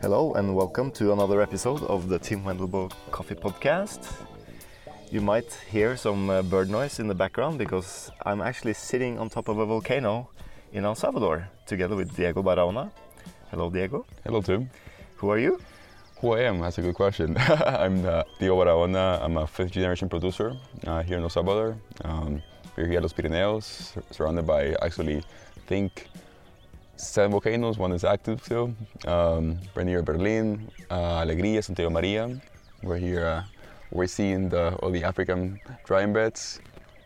Hello and welcome to another episode of the Tim Wendelbo Coffee Podcast. You might hear some uh, bird noise in the background because I'm actually sitting on top of a volcano in El Salvador together with Diego Barahona. Hello, Diego. Hello, Tim. Who are you? Who I am? That's a good question. I'm uh, Diego Barahona. I'm a fifth generation producer uh, here in El Salvador. Um, we're here at Los Pirineos, surrounded by actually, I think, seven volcanoes. One is active still. Um, we're near Berlin, uh, Alegría, Santiago Maria. We're here. Uh, we're seeing the, all the African drying beds.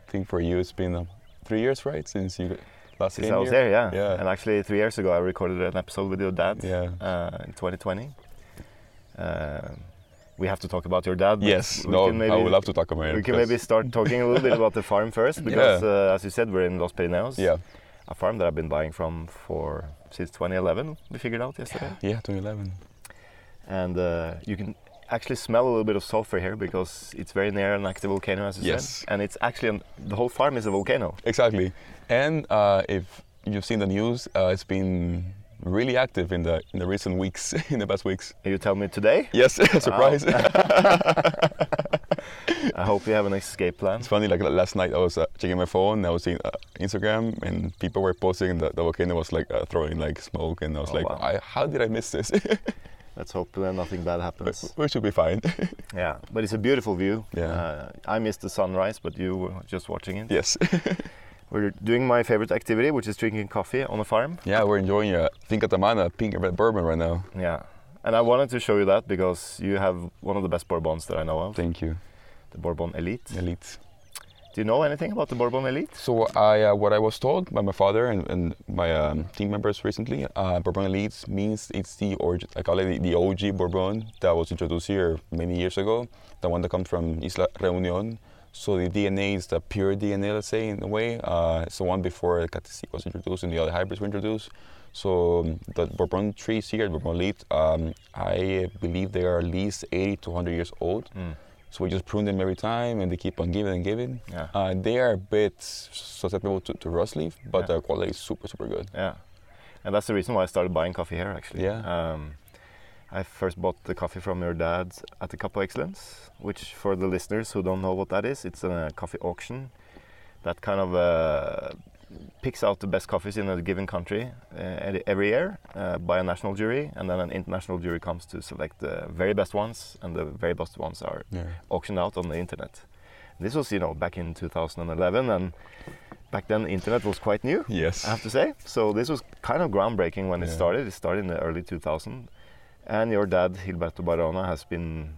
I think for you, it's been uh, three years, right, since you last Since came I was here? there, yeah. Yeah. And actually, three years ago, I recorded an episode with your dad Yeah. uh, in 2020. Uh, we have to talk about your dad. but Yes. we No, can maybe- I would love to talk about it. We can because- maybe start talking a little bit about the farm first, because uh, as you said, we're in Los Pirineos. Yeah. A farm that I've been buying from for since 2011. We figured out yesterday, Yeah, 2011. and uh, you can actually smell a little bit of sulfur here because it's very near an active volcano, as you Yes. said. And it's actually an, the whole farm is a volcano. Exactly. And uh, if you've seen the news, uh, it's been really active in the in the recent weeks, in the past weeks. You tell me today. Yes, surprise. I hope you have an escape plan. it's funny. Like la- last night, I was uh, checking my phone. I was seeing uh, Instagram, and people were posting that the volcano was like uh, throwing like smoke, and I was Oh, like, wow. I, how did I miss this? Let's hope uh, nothing bad happens. we should be fine. Yeah, but it's a beautiful view. Yeah. Uh, I missed the sunrise, but you were just watching it. yes. We're doing my favorite activity, which is drinking coffee on a farm. yeah, we're enjoying uh, Finca Tamana pink and red bourbon right now. Yeah. And I wanted to show you that because you have one of the best Bourbons that I know of, Thank you, the Bourbon Elite. elite. Do you know anything about the Bourbon Elite? So I, uh, what I was told by my father and, and my um, team members recently, uh, Bourbon Elites means it's the origin, I call it the OG Bourbon that was introduced here many years ago, the one that comes from Isla Reunion. So the DNA is the pure DNA, let's say, in a way. Uh, it's the one before the Catechic was introduced and the other hybrids were introduced. So um, the Bourbon trees here, Bourbon Elite, um, I believe they are at least 80 to 100 years old. So we just prune them every time, and they keep on giving and giving. Yeah. Uh, they are a bit susceptible to, to rust leaf, but their quality is super, super good. Yeah. And that's the reason why I started buying coffee here, actually. Yeah. Um, I first bought the coffee from your dad at the Cup of Excellence, which, for the listeners who don't know what that is, it's a coffee auction that kind of uh, picks out the best coffees in a given country uh, ed- every year uh, by a national jury, and then an international jury comes to select the very best ones, and the very best ones are Yeah. auctioned out on the internet. This was, you know, back in 2011, and back then the internet was quite new. Yes. I have to say. So this was kind of groundbreaking when it Yeah. started. It started in the early 2000s, and your dad Gilberto Barona has been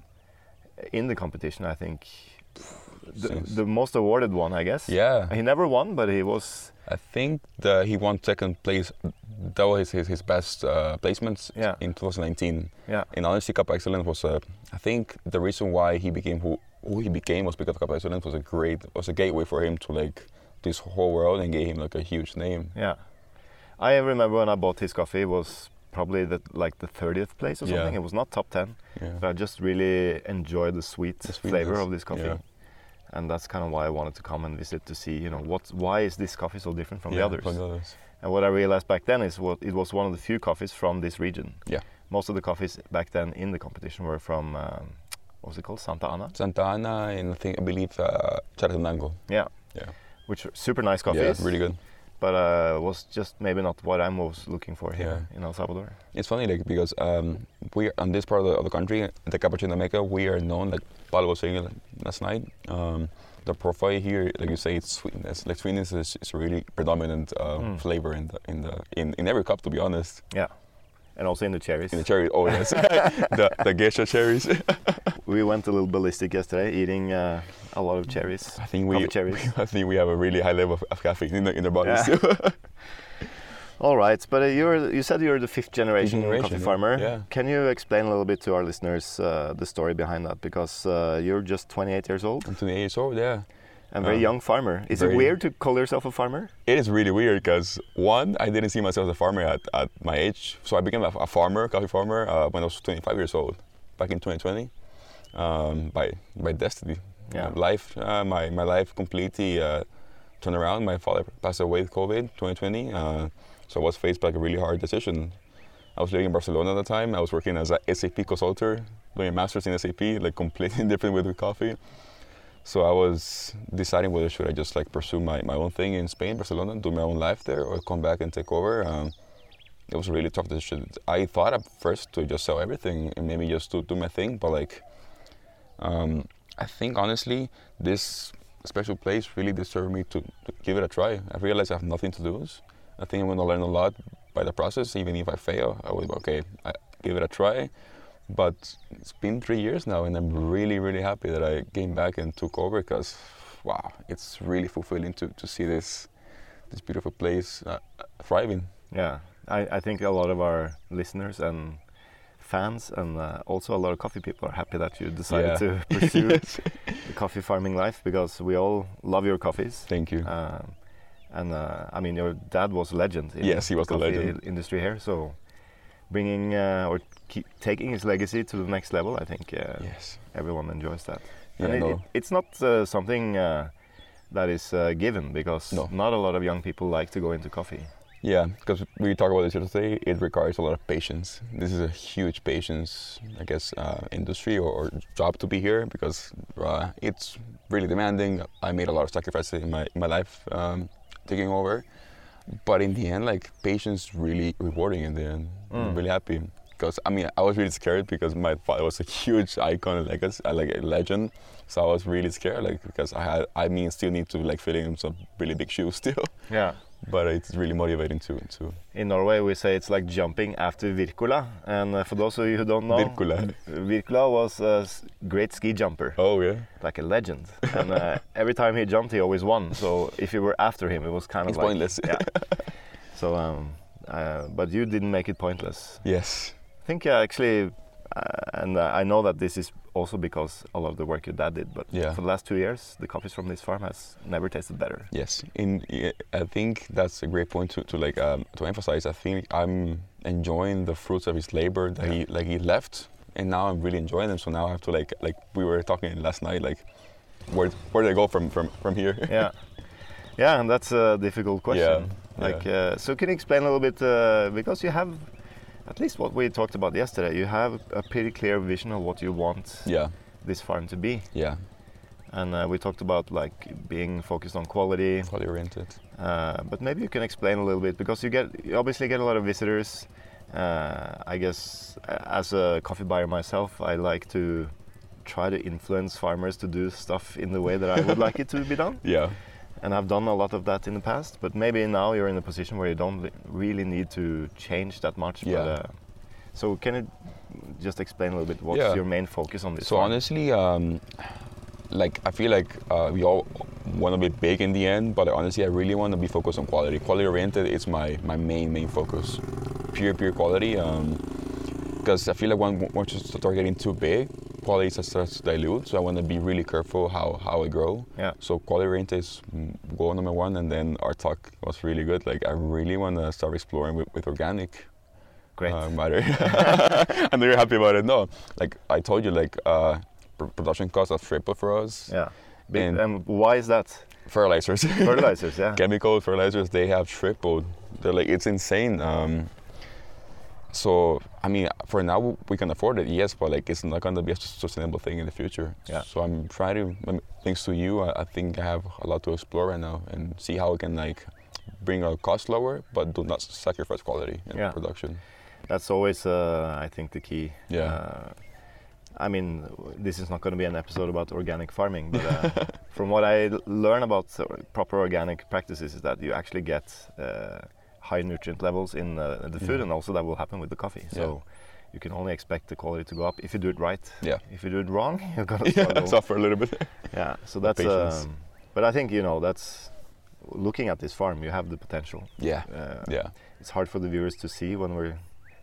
in the competition. I think the, Since- the most awarded one, I guess. Yeah. He never won, but he was. I think that he won second place. That was his, his, his best uh, placements Yeah. in 2019. Yeah. In honesty, Cup Excellence was, uh, I think, the reason why he became who, who he became was because Cup Excellence was a great, was a gateway for him to like this whole world and gave him like a huge name. Yeah. I remember when I bought his coffee it was probably the, like the 30th place or Yeah. something. It was not top 10, Yeah. but I just really enjoyed the sweet The flavor sweetness, of this coffee. yeah. And that's kind of why I wanted to come and visit to see, you know, what why is this coffee so different from the Yeah, others? From the others. And what I realized back then is what it was one of the few coffees from this region. Yeah. Most of the coffees back then in the competition were from um, what was it called, Santa Ana? Santa Ana and I think I believe uh, Charatenango. Yeah, Yeah. which are super nice Yeah, coffees. really good. But uh, was just maybe not what I was looking for here in El Salvador. It's funny like because um, we on this part of the, of the country, the Capuchino Mecca, we are known like Paulo was saying like, last night. Um, the profile here, like you say, it's sweetness. Like sweetness is, is really predominant uh, Mm. flavor in the in the in, in every cup. To be honest, Yeah, and also in the cherries. in the cherry, oh yes, the the geisha cherries. we went a little ballistic yesterday, eating uh, a lot of cherries. I think we, coffee cherries. I think we have a really high level of, of caffeine in the in the bodies. Yeah. All right, but uh, you're you said you're the fifth generation, Fifth generation, coffee yeah. farmer. Yeah. Can you explain a little bit to our listeners uh, the story behind that? Because uh, you're just 28 years old. I'm 28 years old, yeah. and very Um, young farmer. Is it very- weird to call yourself a farmer? It is really weird because one, I didn't see myself as a farmer at, at my age, so I became a, a farmer, coffee farmer, uh, when I was 25 years old, back in 2020, um, by by destiny. Yeah. Life, uh, my my life completely uh, turned around. My father passed away with COVID 2020, uh, so I was faced by like, a really hard decision. I was living in Barcelona at the time. I was working as a SAP consultant, doing a master's in SAP, like completely different with coffee. So I was deciding whether should I just like pursue my, my own thing in Spain, Barcelona, do my own life there, or come back and take over. Um, it was a really tough decision. I thought at first to just sell everything and maybe just to do my thing, but like, um, I think honestly, this special place really deserved me to, to give it a try. I realized I have nothing to lose. I think I'm going to learn a lot by the process, even if I fail. I was okay, I give it a try. But it's been three years now, and I'm really, really happy that I came back and took over because, wow, it's really fulfilling to, to see this this beautiful place uh, thriving. Yeah, I, I think a lot of our listeners and fans, and uh, also a lot of coffee people, are happy that you decided Yeah. to pursue the coffee farming life because we all love your coffees. Thank you. Um, and uh, I mean, your dad was a legend. In Yes, he was a coffee legend. Industry here, so bringing uh, or keep taking his legacy to the next level, I think uh, yes. everyone enjoys that. Yeah, and it, no. it- it's not uh, something uh, that is uh, given because No. not a lot of young people like to go into coffee. Yeah, because we talk about this yesterday, it requires a lot of patience. This is a huge patience, I guess, uh, industry or, or job to be here because uh, it's really demanding. I made a lot of sacrifices in my, my life um, taking over. But in the end, like, patience really rewarding in the end. I'm Mm. really happy. Because, I mean, I was really scared because my father was a huge icon, like, a, like a legend. So I was really scared, like, because I had, I mean, still need to, like, fill in some really big shoes still. Yeah. but it's really motivating to to In Norway, we say it's like jumping after Virkola. And uh, for those of you who don't Oh. know, Virkola. Virkola was a s- great ski jumper, Oh yeah, like a legend. And uh, every time he jumped, he always won. So if you were after him, it was kind of it's like. pointless. Yeah. So, um, uh, but you didn't make it pointless. yes. I think uh, actually, uh, and uh, I know that this is also because a lot of the work your dad did, but Yeah. for the last two years, the coffees from this farm has never tasted better. Yes. In yeah, I think that's a great point to, to like um, to emphasize. I think I'm enjoying the fruits of his labor that he like he left, and now I'm really enjoying them. So now I have to like like we were talking last night like. Where, where do I go from, from, from here? yeah yeah and that's a difficult question yeah. like Uh, so can you explain a little bit uh, because you have at least what we talked about yesterday you have a pretty clear vision of what you want yeah, this farm to be yeah. and uh, we talked about like being focused on quality Quality oriented. uh, but maybe you can explain a little bit because you get you obviously get a lot of visitors uh, i guess uh, as a coffee buyer myself i like to try to influence farmers to do stuff in the way that i would like it to be done Yeah, and I've done a lot of that in the past, but maybe now you're in a position where you don't li- really need to change that much. But, Yeah. uh, so can you just explain a little bit what's Yeah. your main focus on this? So one? honestly, um, like I feel like uh, we all want to be big in the end, but honestly, I really want to be focused on quality. Quality oriented is my my main main focus. Pure pure quality. because I feel like when, once you start getting too big, quality starts- starts to dilute. So I want to be really careful how how I grow. yeah, So quality oriented is mm, goal number one, and then our talk was really good. Like I really want to start exploring with, with organic great. uh, matter. I know you're happy about it. No, like I told you, like uh, pr- production costs are triple for us. yeah. Be- and- And, why is that? Fertilizers, Fertilizers, yeah. chemical fertilizers, they have tripled. They're like it's insane. Um, so I mean, for now we can afford it, yes, but like it's not going to be a s- sustainable thing in the future. Yeah. So I'm trying to, I mean, thanks to you, I, I think I have a lot to explore right now and see how we can like bring our costs lower, but do not sacrifice quality in Yeah. production. That's always, uh, I think, the key. Yeah. Uh, I mean, w- this is not going to be an episode about organic farming, but uh, from what I l- learn about uh, proper organic practices, is that you actually get uh, high nutrient levels in uh, the food, Yeah. and also that will happen with the coffee. So you can only expect the quality to go up if you do it right. Yeah. If you do it wrong, you're going to Yeah, struggle. suffer a little bit. yeah. So that's. patience. Um, but I think you know that's. Looking at this farm, you have the potential. Yeah. Uh, Yeah. It's hard for the viewers to see when we're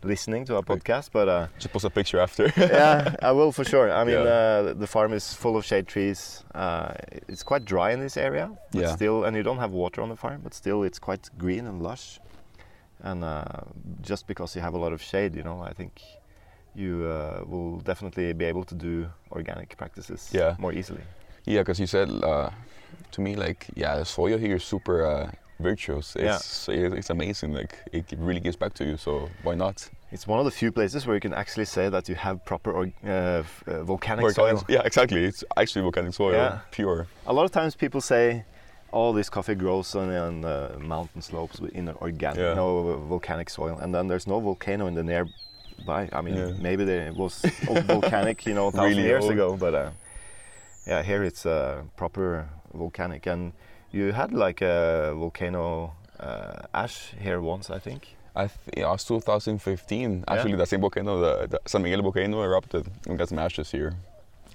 listening to our Great. podcast, but uh, Just post a picture after. yeah, I will for sure. I mean, Yeah. uh, the farm is full of shade trees. Uh, it's quite dry in this area, but Yeah. still, and you don't have water on the farm, but still, it's quite green and lush. And uh, just because you have a lot of shade, you know, I think you uh, will definitely be able to do organic practices Yeah. more easily. Yeah, because you said uh, to me like, yeah, the soil here is super uh, virtuous. It's it- it's amazing. Like it really gives back to you. So why not? It's one of the few places where you can actually say that you have proper org- uh, f- uh, volcanic Volcanic- soil. Yeah, exactly. It's actually volcanic soil, Yeah. pure. A lot of times people say, "Oh, this coffee grows on, on uh, mountain slopes with- in organic, Yeah. no uh, volcanic soil," and then there's no volcano in the nearby. I mean, Yeah. maybe there was old volcanic, you know, a thousand Really years old. ago, but uh, yeah, here it's uh, proper volcanic, and you had like a volcano uh, ash here once, I think. I th- it was 2015. Yeah. Actually, the same volcano, the, the San Miguel volcano, erupted and got some ashes here.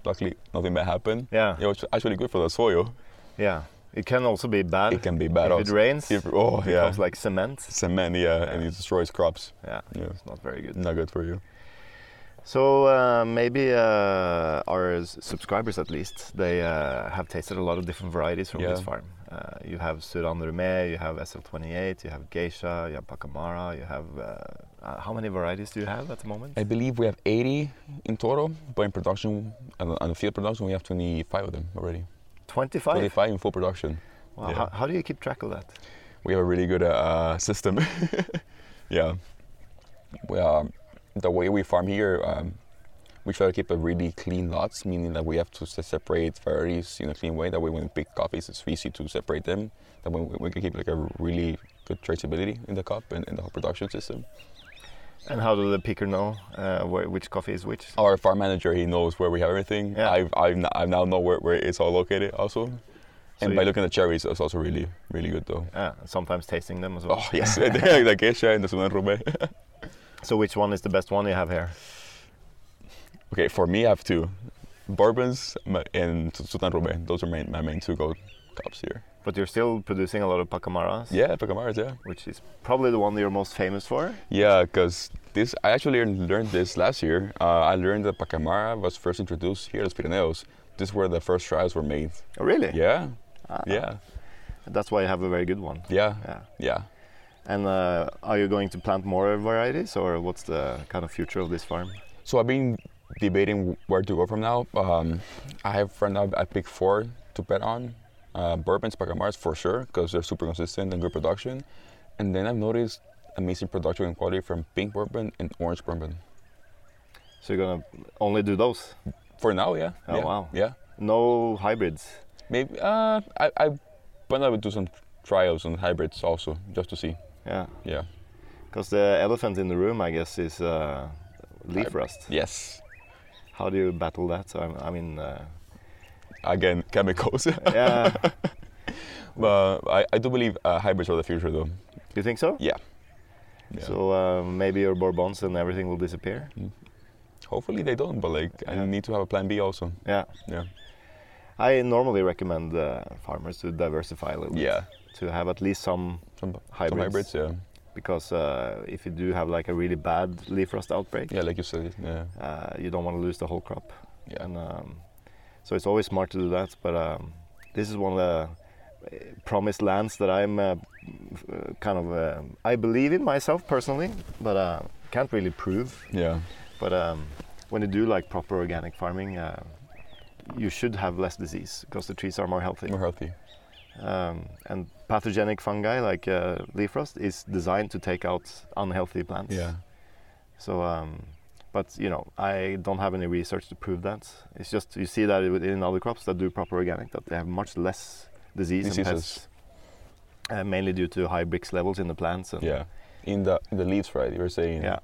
Luckily, nothing bad happened. Yeah, It was actually good for the soil. yeah. It can also be bad. It can be if bad. it also. rains. If- oh it yeah, becomes like cement. cement. Yeah, and it destroys crops. Yeah, Yeah, it's not very good. not good for you. So uh, maybe uh, our s- subscribers, at least, they uh, have tasted a lot of different varieties from this Yeah. farm. Uh, you have Sudan Rume, you have SL28, you have Geisha, you have Pacamara, you have. Uh, uh, how many varieties do you have at the moment? I believe we have 80 in total, but in production, on on the field production, we have 25 of them already. 25. 25 in full production. Wow. yeah. How, how do you keep track of that? We have a really good uh, system. yeah. We, um, the way we farm here, um, we try to keep a really clean lots, meaning that we have to se- separate varieties in a clean way. That way, when we pick coffees, it's easy to separate them. That way, we- we can keep like a really good traceability in the cup and in the whole production system. And how do the picker know uh, where, which coffee is which? Our farm manager, he knows where we have everything. Yeah. I've, I've, n- I now know where, where it's all located also. So and you- by looking at cherries, it's also really, really good though. Yeah, sometimes tasting them as well. Oh, yes, the geisha and the Sudan Rube. So which one is the best one you have here? Okay, for me, I have two bourbons my- and Sultan Rube. Those are my, my main two gold cups here. But you're still producing a lot of Pacamaras, Yeah, Pacamaras, yeah. which is probably the one that you're most famous for. Yeah, because this I actually learned, learned this last year. Uh, I learned that Pacamara was first introduced here in the Pirineos. This is where the first trials were made. Oh, really? Yeah, Ah. yeah, That's why you have a very good one. yeah, Yeah. yeah. And uh, are you going to plant more varieties, or what's the kind of future of this farm? So I've been debating where to go from now. Um, I have right now I pick four to bet on. Uh, bourbons, Pacamaras for sure because they're super consistent and good production. And then I've noticed amazing production and quality from pink bourbon and orange bourbon. So you're gonna only do those? For now, yeah. Oh, yeah. wow. Yeah. No hybrids. Maybe uh, I I but I would do some trials on hybrids also just to see. Yeah, Yeah. because the elephant in the room, I guess, is uh, leaf rust. Yes. How do you battle that? I, I mean, uh, Again, chemicals. yeah, but I, I do believe uh, hybrids are the future though. you think so? Yeah. Yeah. So uh, maybe your bourbons and everything will disappear. Hopefully they don't, but like Yeah. I need to have a plan B also. Yeah, Yeah. I normally recommend uh, farmers to diversify a little bit, Yeah. to have at least some Some hybrids. hybrids. yeah. because uh, if you do have like a really bad leaf rust outbreak, Yeah, like you said. Yeah. uh, you don't want to lose the whole crop. Yeah. And um, so it's always smart to do that. But um, this is one of the uh, promised lands that I'm uh, f- uh, kind of uh, I believe in myself personally, but uh, can't really prove. Yeah. But um, when you do like proper organic farming, uh, you should have less disease because the trees are more healthy. More healthy. Um, and pathogenic fungi like uh, leaf rust is designed to take out unhealthy plants. Yeah. So, um, but you know, I don't have any research to prove that. It's just you see that in other crops that do proper organic that they have much less disease and Diseases. pests, uh, mainly due to high brix levels in the plants. And, Yeah. In the in the leaves, right? You were saying. yeah.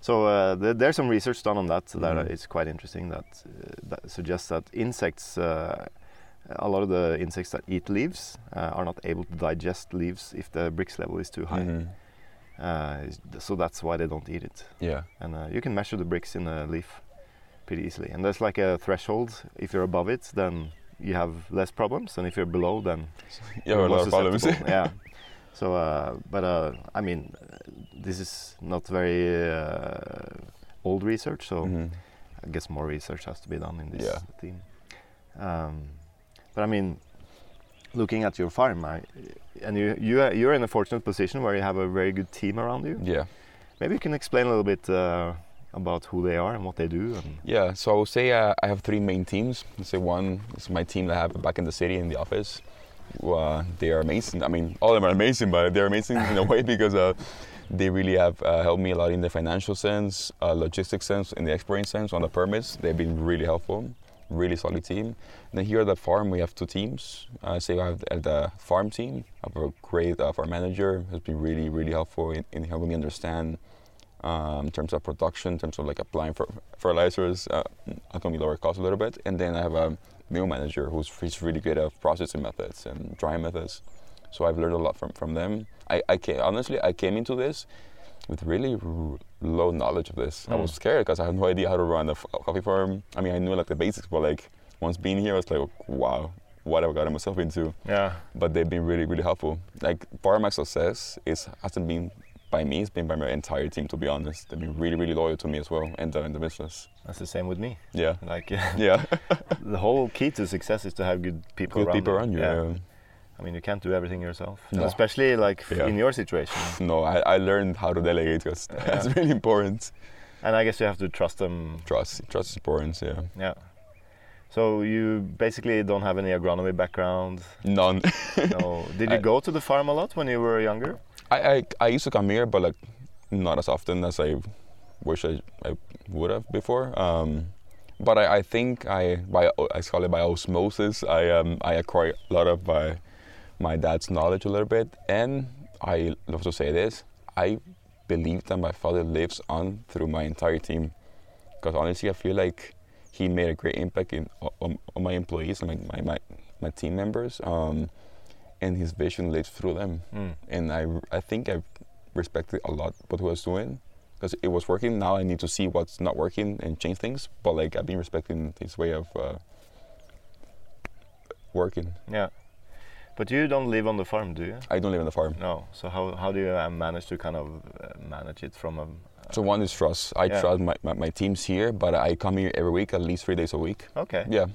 So uh, th- there's some research done on that that Mhm. it's quite interesting that, uh, that suggests that insects, uh, a lot of the insects that eat leaves uh, are not able to digest leaves if the brix level is too high. Mhm. Uh, is- so that's why they don't eat it. Yeah. and uh, you can measure the bricks in a leaf pretty easily. And there's like a threshold. If you're above it, then you have less problems, and if you're below, then You have a more lot of problems. susceptible. yeah. So, uh, but uh, I mean, this is not very uh, old research, so Mhm. I guess more research has to be done in this Yeah. theme. Um, but I mean, looking at your farm, I, and you you are, you're in a fortunate position where you have a very good team around you. Yeah. Maybe you can explain a little bit uh, about who they are and what they do. And Yeah, so I would say uh, I have three main teams. I'd say one is my team that I have back in the city in the office. Uh, they are amazing. I mean, all of them are amazing, but they're amazing in a way because uh, they really have uh, helped me a lot in the financial sense, uh, logistics sense, in the exporting sense, on the permits. They've been really helpful. Really solid team. Then here at the farm, we have two teams. I say I have at the farm team. I have a great uh, farm manager who's been really, really helpful in, in helping me understand um, in terms of production, in terms of like applying for fertilizers, uh, I can be lower cost a little bit. And then I have a meal manager who's he's really good at processing methods and drying methods. So I've learned a lot from, from them. I, I ca honestly, I came into this with really r- low knowledge of this. I was Mm. scared because I had no idea how to run a f- a coffee farm. I mean, I knew like the basics, but like once being here, I was like, wow, what have I gotten myself into? yeah, but they've been really really helpful like part of my success is hasn't been by me it's been by my entire team to be honest they've been really really loyal to me as well and uh, in the business that's the same with me. yeah Like yeah the whole key to success is to have good people good around people around you yeah. I mean, you can't do everything yourself, No. especially like f- Yeah. in your situation. no I, I learned how to delegate because that's really important And I guess you have to trust them. trust trust is important yeah Yeah. So you basically don't have any agronomy background. none No. Did you I- go to the farm a lot when you were younger? I, I I used to come here but like not as often as I wish I, I would have before um but I, I think I by I call it by osmosis. I um I acquire a lot of my my dad's knowledge a little bit, and I love to say this. I believe that my father lives on through my entire team, because honestly, I feel like he made a great impact in on, on my employees and my, my my my team members. Um, and his vision lives through them, Mm. and I I think I respected a lot what he was doing because it was working. Now I need to see what's not working and change things. But like I've been respecting his way of uh, working. Yeah. But you don't live on the farm, do you? I don't live on the farm. No. So how, how do you uh, manage to kind of uh, manage it from a So one is trust. I Yeah. trust my, my, my teams here, but I come here every week, at least three days a week. Okay. Yeah,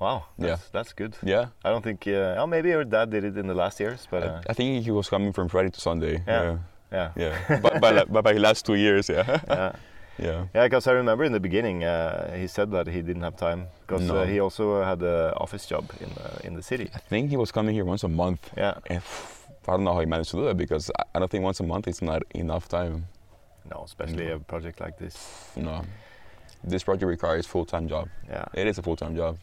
Wow. Yeah. That's, That's good. yeah. I don't think. Uh, oh, maybe your dad did it in the last years, but uh, I, I think he was coming from Friday to Sunday. Yeah. yeah. yeah. yeah. but, but, like- but by last two years, yeah, Yeah. yeah. Yeah, because I remember in the beginning uh, he said that he didn't have time because No. uh, he also had an office job in uh, in the city. I think he was coming here once a month. Yeah. And I don't know how he managed to do that because I, I don't think once a month is not enough time. No, especially a project like this. No, this project requires full time job. Yeah. It is a full time job.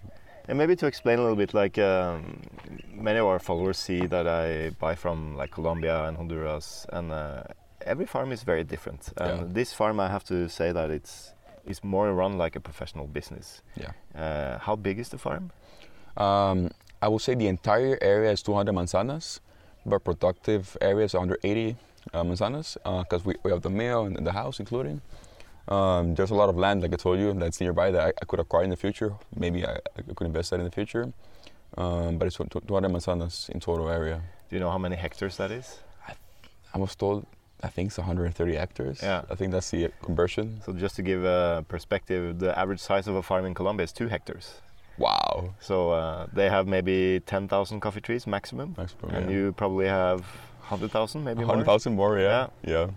And maybe to explain a little bit, like um, many of our followers see that I buy from like Colombia and Honduras, and uh, every farm is very different. And Yeah. this farm, I have to say that it's it's more run like a professional business. Yeah. Uh, how big is the farm? Um, I would say the entire area is 200 manzanas, but productive areas are 180 uh, manzanas because we, we have the mill and the house including. Um, there's a lot of land, like I told you, that's nearby that I, I could acquire in the future. Maybe I, I could invest that in the future. Um, but it's 200 manzanas in total area. Do you know how many hectares that is? I was told, I think it's 130 hectares. Yeah. I think that's the conversion. So just to give a perspective, the average size of a farm in Colombia is two hectares. Wow. So uh, they have maybe 10,000 coffee trees maximum, That's and probably, yeah. you probably have 100,000 maybe more. 100,000 more, yeah. yeah.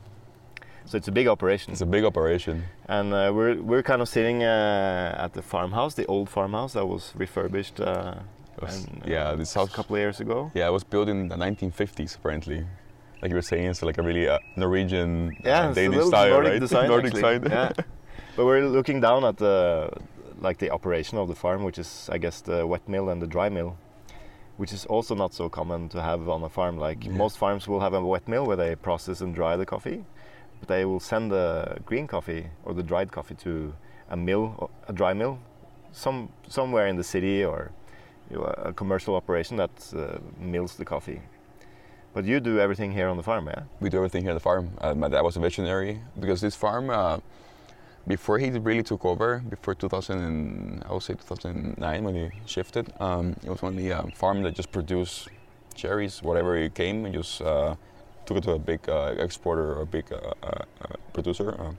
So it's a big operation. It's a big operation. and uh, we're we're kind of sitting uh, at the farmhouse, the old farmhouse that was refurbished. Uh, It was- and, uh, yeah, this a house couple of years ago. Yeah, it was built in the 1950s, apparently. Like you were saying, it's like a really uh, Norwegian, Yeah, uh, it's a Danish little style, Nordic right? design. Nordic actually. side. Yeah. but we're looking down at the like the operation of the farm, which is I guess the wet mill and the dry mill, which is also not so common to have on a farm. Like Yeah. most farms will have a wet mill where they process and dry the coffee, but they will send the green coffee or the dried coffee to a mill, or a dry mill, some somewhere in the city or you know, a commercial operation that uh, mills the coffee. But you do everything here on the farm, yeah? we do everything here at the farm. Uh, my dad was a visionary because this farm, uh, before he really took over, before 2000, and, I would say 2009 when he shifted, um, it was only a farm that just produced cherries, whatever it came, and just uh, took it to a big uh, exporter or big uh, uh, uh, producer, uh,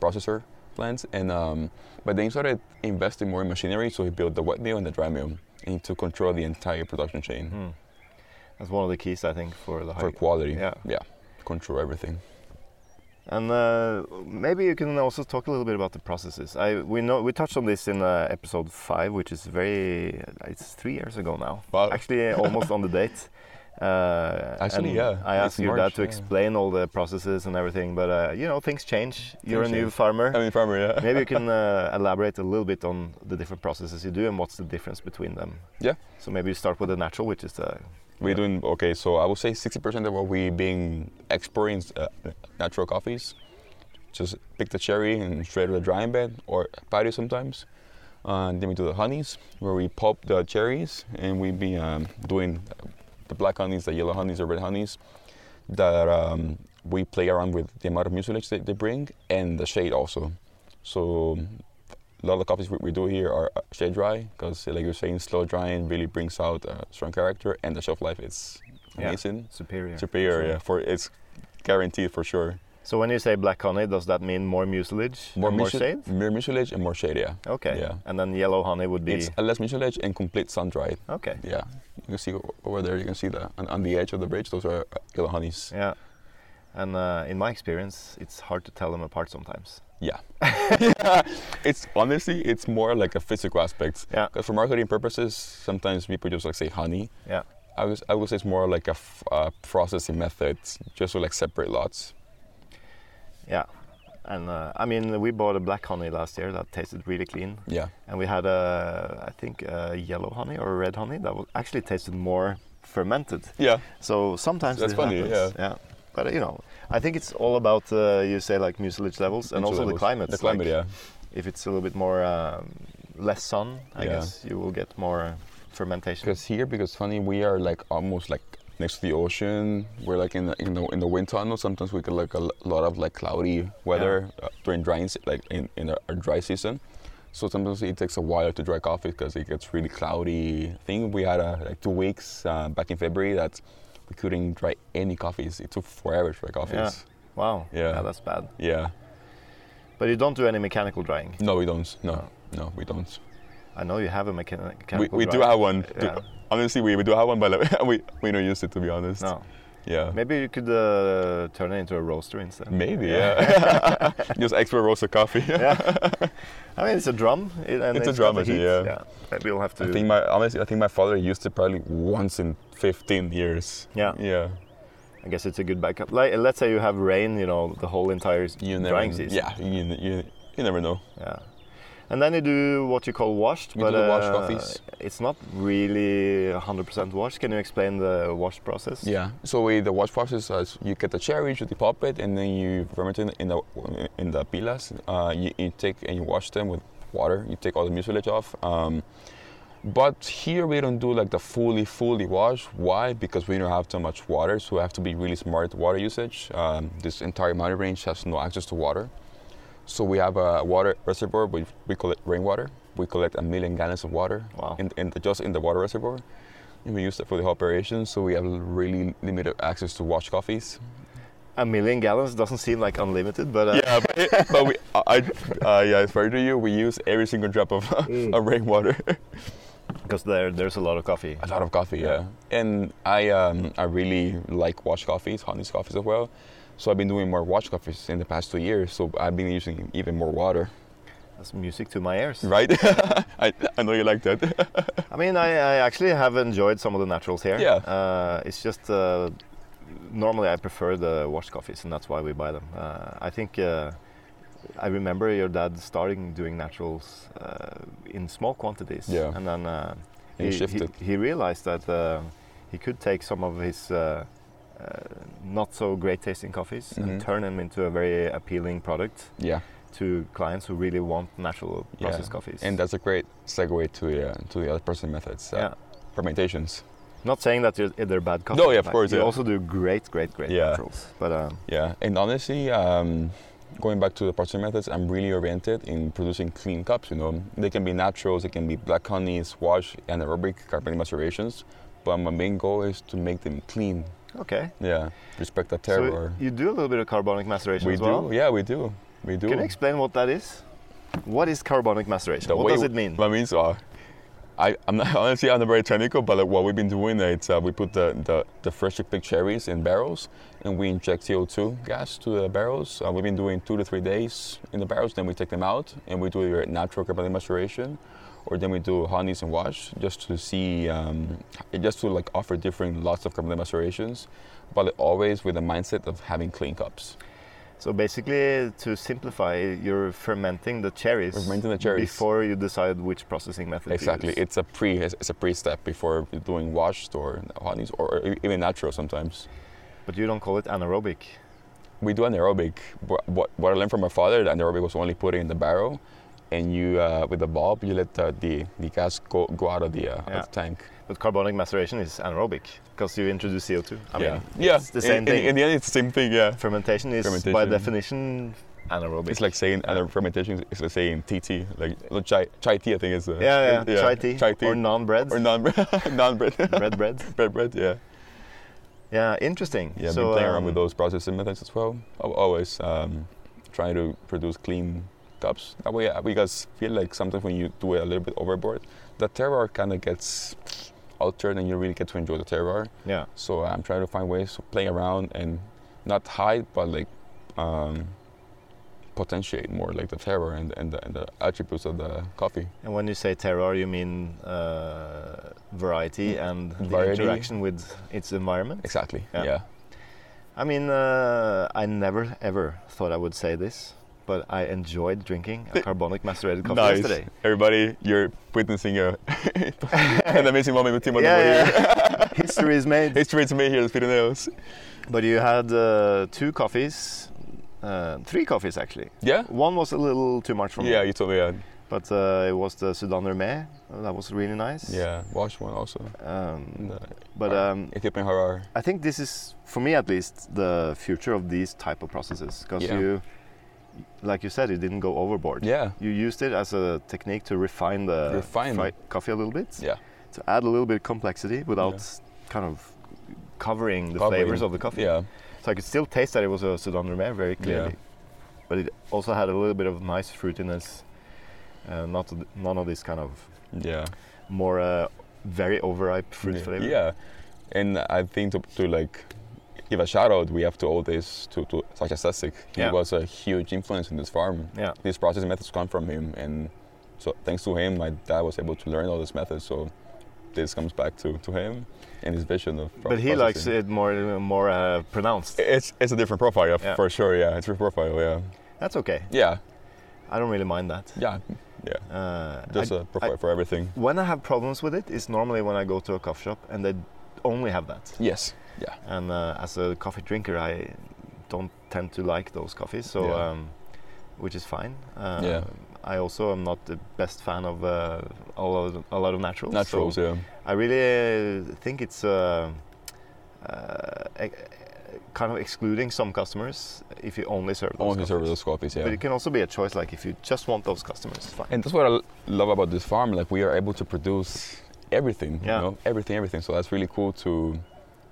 processor plants. And um, but then he started investing more in machinery, so he built the wet mill and the dry mill, and he took control of the entire production chain Hmm. That's one of the keys, I think, for the for high. quality. Yeah. control everything. And uh, maybe you can also talk a little bit about the processes. I we know we touched on this in uh, episode five, which is very uh, it's three years ago now. Wow. Actually, almost on the date. Uh, Actually, and yeah, I it's asked your March, dad to yeah. explain all the processes and everything, but uh, you know things change. You're Things a new change. farmer. I mean, farmer, yeah. maybe you can uh, elaborate a little bit on the different processes you do and what's the difference between them. Yeah. So maybe you start with the natural, which is uh, the We're doing okay. So I would say 60% of what we being exporting is uh, natural coffees. Just pick the cherry and straight to the drying bed or patio sometimes. Uh, and then we do the honeys, where we pulp the cherries and we be um, doing the black honeys, the yellow honeys, the red honeys. That um, we play around with the amount of mucilage that they bring and the shade also. So a lot of the coffees we, we do here are uh, shade dry because, like you're saying, slow drying really brings out a strong character and the shelf life is Yeah. amazing, superior. superior. Sure. Yeah, for it's guaranteed for sure. So when you say black honey, does that mean more mucilage, and more muci- shade? more mucilage, and more shade. Yeah, Okay. Yeah. And then yellow honey would be it's uh, a less mucilage and complete sun dried. okay. Yeah, you can see o- over there. You can see the on, on the edge of the bridge. Those are uh, yellow honeys. Yeah. And uh, in my experience, it's hard to tell them apart sometimes. Yeah. It's honestly, it's more like a physical aspect. Yeah. 'Cause for marketing purposes, sometimes people just like say honey. Yeah. I would, I would say it's more like a f- uh, processing method, just to like separate lots. Yeah. And uh, I mean, we bought a black honey last year that tasted really clean, Yeah. and we had a, I think, a yellow honey or a red honey that was actually tasted more fermented. Yeah. So sometimes That's this funny, happens. Yeah. But uh, you know, I think it's all about uh, you say like mucilage levels and Into also the levels. climate. The climate, Like, yeah. If it's a little bit more um, less sun, I Yeah. guess you will get more uh, fermentation. Because here, because funny, we are like almost like next to the ocean. We're like in the in the, in the wind tunnel. Sometimes we get like a l- lot of like cloudy weather uh, during drying, se- like in in our, our dry season. So sometimes it takes a while to dry coffee because it gets really cloudy. I think we had uh, like two weeks uh, back in February that we couldn't dry any coffees. It took forever to dry coffees. Wow. Yeah. yeah, that's bad. Yeah. But you don't do any mechanical drying. No, we don't. No. Oh. No, we don't. I know you have a mechan- mechanical We, we do dryer. have one. Do- Yeah. Honestly, we, we do have one, but like, we, we don't use it to be honest. No. Yeah. Maybe you could uh, turn it into a roaster instead. Maybe, yeah. Just extra roasted coffee. I mean, it's a drum. It, and It's a got drum the machine, heat. yeah. Maybe you'll have to. I think my honestly, I think my father used it probably once in 15 years. Yeah. Yeah. I guess it's a good backup. Like, let's say you have rain, you know, the whole entire s- You never. drying season. Yeah. You, you, you never know. Yeah. And then you do what you call washed, We but uh, do the washed coffees. it's not really 100% washed. Can you explain the wash process? Yeah. So we, the wash process is you get the cherries, you depop it, and then you ferment it in the in the pilas. Uh, you, you take and you wash them with water. You take all the mucilage off. Um, but here we don't do like the fully fully wash. Why? Because we don't have too much water, so we have to be really smart water usage. Um, this entire mountain range has no access to water, so we have a water reservoir. We we collect rainwater. We collect a million gallons of water Wow. in, in the, just in the water reservoir. And we use that for the whole operation, so we have really limited access to wash coffees. A million gallons doesn't seem like unlimited, but uh, Yeah, but, but we, I, I- uh, yeah, it's fair to you. We use every single drop of, of rainwater. because there, there's a lot of coffee. A lot of coffee, yeah. And I, um, I really like wash coffees, honey's coffees as well. So I've been doing more wash coffees in the past two years. So I've been using even more water, That's music to my ears. right? I, I know you like that. I mean, I, I actually have enjoyed some of the naturals here. Yeah. Uh, it's just uh, normally I prefer the washed coffees, and that's why we buy them. Uh, I think uh, I remember your dad starting doing naturals uh, in small quantities, Yeah. and then uh, And he shifted. He, realized that uh, he could take some of his. Uh, uh, not so great tasting coffees and Mhm. turn them into a very appealing product yeah. to clients who really want natural Yeah. processed coffees. And that's a great segue to, uh, to the other person methods, uh, yeah. fermentations. Not saying that you're- they're bad coffee. No, yeah, of course, You yeah. also do great, great, great Yeah. naturals. But um, Yeah, and honestly, um, going back to the production methods, I'm really oriented in producing clean cups. You know, they can be naturals, they can be black honeys, wash, anaerobic carbon macerations, But my main goal is to make them clean. Okay. Yeah, respect the So terroir. you do a little bit of carbonic maceration we as do. well. Yeah, we do. We do. Can you explain what that is? What is carbonic maceration? The what way- does it mean? What means uh, I, I'm not honestly I'm not very technical, but like what we've been doing is uh, we put the, the, the freshly picked cherries in barrels and we inject CO2 gas to the barrels. Uh, we've been doing two to three days in the barrels, then we take them out and we do your natural carbonic maceration, or then we do honeys and wash just to see um, just to like offer different lots of carbonic macerations, but always with the mindset of having clean cups. So basically, to simplify, you're fermenting the cherries, Fermenting the cherries. before you decide which processing method. Exactly, To use. it's a pre it's a pre step before doing washed or honeys or, or even natural sometimes. But you don't call it anaerobic. We do anaerobic. What, what, what I learned from my father, the anaerobic was only put in the barrel, and you uh, with the bulb you let uh, the the gas go, go out of the, uh, Yeah. of the tank. But carbonic maceration is anaerobic because you introduce CO2. I yeah, mean, yeah. it's the In- same in, thing. In, the end, it's the same thing. Yeah, fermentation is by Fermentation. definition anaerobic. it's like saying uh, fermentation is like saying TT, like no, chai, chai tea. I think is uh, yeah, yeah, chai tea, chai tea or non-bread, or non non bread bread bread. bread bread. Yeah. Yeah, interesting. Yeah, so, been playing around with um, those processing methods as well. Al- Always um, trying to produce clean cups. That way, uh, because I feel like sometimes when you do it a little bit overboard, the terroir kind of gets altered, and you really get to enjoy the terroir. Yeah, So I'm trying to find ways to play around and not hide, but like um, potentiate more like the terroir and, and, the, and the attributes of the coffee. and when you say terroir, you mean uh, variety and the Mm. Variety. interaction with its environment. Exactly. Yeah. Yeah. I mean, uh, I never ever thought I would say this, but I enjoyed drinking a carbonic macerated coffee nice. yesterday. Everybody, you're witnessing a, an amazing moment with Tim on the board here. history is made. It's great to meet here at Pirineos. But you had uh, two coffees, uh, three coffees actually. Yeah? One was a little too much for me, Yeah, you told me that. but uh, it was the Sudan Reme. That was really nice. Yeah, Wash one also. Um, The but um, Ethiopian Harar. I think this is, for me at least, the future of these type of processes because Yeah. you, like you said, it didn't go overboard. Yeah. You used it as a technique to refine the Refine. fri- coffee a little bit. Yeah. To add a little bit of complexity without kind of covering the Covering. flavors of the coffee. Yeah. So I could still taste that it was a Sudan Reme very clearly. But it also had a little bit of nice fruitiness. Uh, not th- none of this kind of Yeah. more uh, very overripe fruit yeah. flavor. Yeah. And I think to, to like give a shout out, we have to owe this to, to Sasha Sesik. He Yeah. was a huge influence in this farm. Yeah. These processing methods come from him. And so thanks to him, my dad was able to learn all these methods. So this comes back to, to him and his vision of pro- But he likes processing. Eh. it more more uh, pronounced. It's, it's a different profile, yeah, Yeah. for sure. Yeah, it's a different profile. Yeah, That's okay. yeah, I don't really mind that. yeah, yeah. Uh, Just I- a profile for everything. when I have problems with it, it's normally when I go to a coffee shop and they only have that. Yes. Yeah. And uh, as a coffee drinker, I don't tend to like those coffees, so Yeah. um, which is fine. Uh, Yeah. I also am not the best fan of uh, a, lot of, a lot of naturals. Naturals, so yeah. I really uh, think it's uh, uh, e- kind of excluding some customers if you only serve those. Only serve coffees. those coffees, yeah. But it can also be a choice, like if you just want those customers, fine. And that's what I l- love about this farm. Like we are able to produce everything, Yeah. you know, everything, everything. So that's really cool to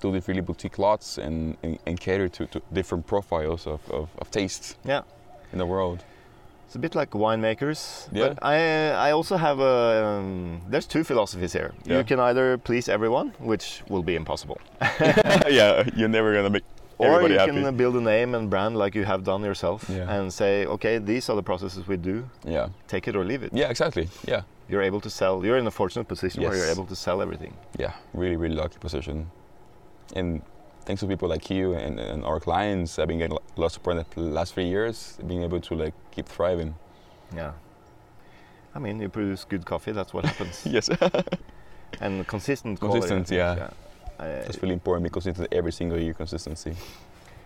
do these really boutique lots and, and, and cater to, to different profiles of, of, of taste yeah. in the world. It's a bit like winemakers. Yeah. But I I also have a um, there's two philosophies here. You Yeah. can either please everyone, which will be impossible, yeah, you're never gonna make or everybody you happy. can build a name and brand like you have done yourself, Yeah. and say, okay, these are the processes we do. yeah. Take it or leave it. Yeah, exactly. Yeah. You're able to sell. You're in a fortunate position where Yes. you're able to sell everything. yeah, really, really lucky position. And thanks to people like you and, and our clients, I've been getting a lot of support in the last three years, being able to like keep thriving. Yeah. I mean, you produce good coffee. That's what happens. Yes, And consistent quality. I Consistent, think, yeah. I- that's really important because it's every single year consistency.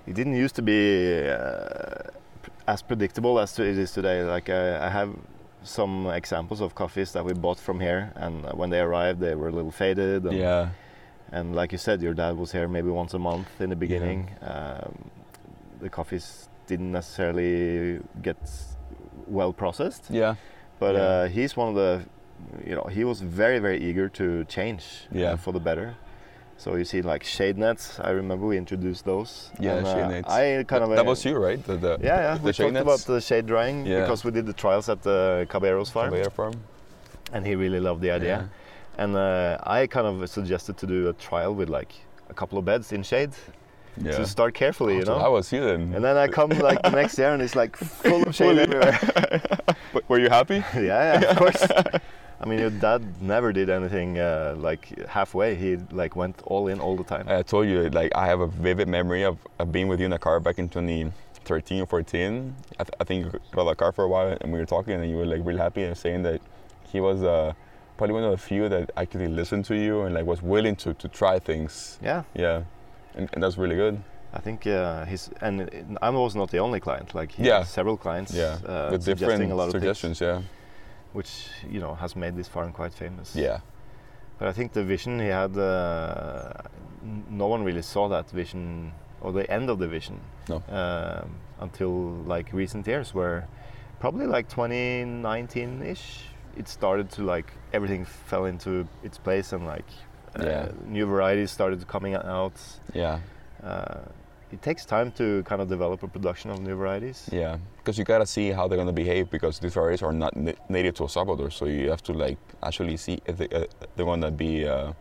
it didn't used to be uh, p- as predictable as it is today. Like I, I have some examples of coffees that we bought from here, and when they arrived, they were a little faded. And, Yeah, and like you said, your dad was here maybe once a month in the beginning. Um, the coffees didn't necessarily get well processed, yeah, but Yeah. uh, he's one of the, you know, he was very very eager to change uh, Yeah. for the better. So you see like shade nets. I remember we introduced those. Yeah, and, uh, shade nets. I kind Th- of that was you, right? The, the, Yeah, yeah. The we shade talked nets about the shade drying Yeah. because we did the trials at the Caballeros farm, Caballero farm. and he really loved the idea. And uh, I kind of suggested to do a trial with like a couple of beds in shade Yeah. to start carefully, you So know. I was you then. And then I come like the next year and it's like full of shade Fully. everywhere. W- Were you happy? yeah, yeah, of course. I mean, your dad never did anything uh, like halfway. He like went all in all the time. I told you, like, I have a vivid memory of, of being with you in a car back in 2013 or 14. I, th- I think you got a car for a while, and we were talking, and you were like really happy and saying that he was uh, probably one of the few that actually listened to you and like was willing to, to try things. yeah, Yeah, and, and that's really good. I think uh, his and it- I was not the only client. Like he Yeah. had several clients Yeah, uh, with suggesting different a lot of suggestions. Yeah, things, which you know has made this farm quite famous. yeah, But I think the vision he had, uh, n- no one really saw that vision or the end of the vision No. um, until like recent years, where probably like 2019 ish, it started to like everything fell into its place and like uh, Yeah. new varieties started coming out. yeah, Uh, it takes time to kind of develop a production of new varieties. yeah. Because you gotta see how they're gonna behave because these varieties are not na- native to El Salvador, so you have to like actually see if they, uh, they're gonna be uh,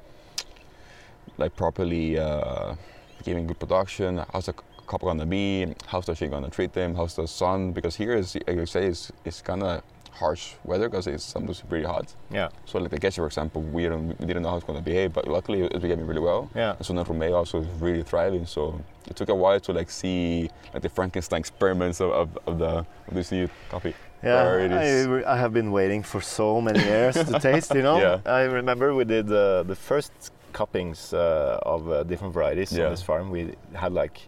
like properly uh, giving good production. How's the c- crop gonna be? How's the shade gonna treat them? How's the sun? Because here is like you say it's, it's kind of harsh weather because it's sometimes pretty hot. Yeah, So like the gesture, for example, we didn't, we didn't know how it's gonna behave, but luckily it's behaving really well. yeah. And so then Romeo also is really thriving. So it took a while to like see like the Frankenstein experiments of, of, of the of this new copy. Yeah, varieties. I, re- I have been waiting for so many years to taste. You know, Yeah. I remember we did uh, the first cuppings uh, of uh, different varieties Yeah. on this farm. We had like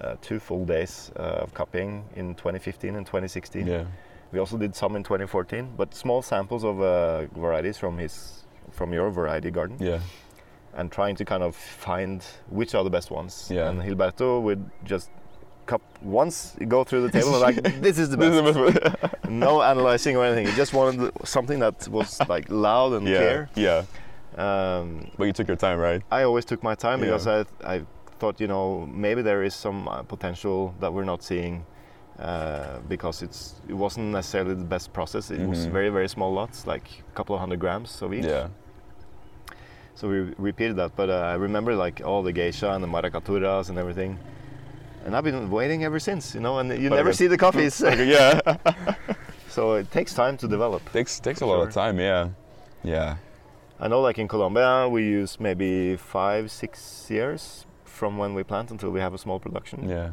uh, two full days uh, of cupping in 2015 and 2016. Yeah. We also did some in 2014, but small samples of uh, varieties from his from your variety garden Yeah. and trying to kind of find which are the best ones. Yeah. And Hilberto would just cup once, go through the table and like this is the best This is the best one. no analyzing or anything. He just wanted something that was like loud and yeah. clear. Yeah. Um, But you took your time, right? I always took my time Yeah. because I, I thought, you know, maybe there is some uh, potential that we're not seeing uh, because it's it wasn't necessarily the best process. It was Mhm. very very small lots, like a couple of hundred grams of each. Yeah. So we repeated that. But uh, I remember like all the geisha and the maracaturas and everything. And I've been waiting ever since, you know. And you But never again- see the coffees, Okay, yeah. so it takes time to develop. takes takes a lot Sure. of time. Yeah. Yeah. I know, like in Colombia, we use maybe five, six years from when we plant until we have a small production. Yeah.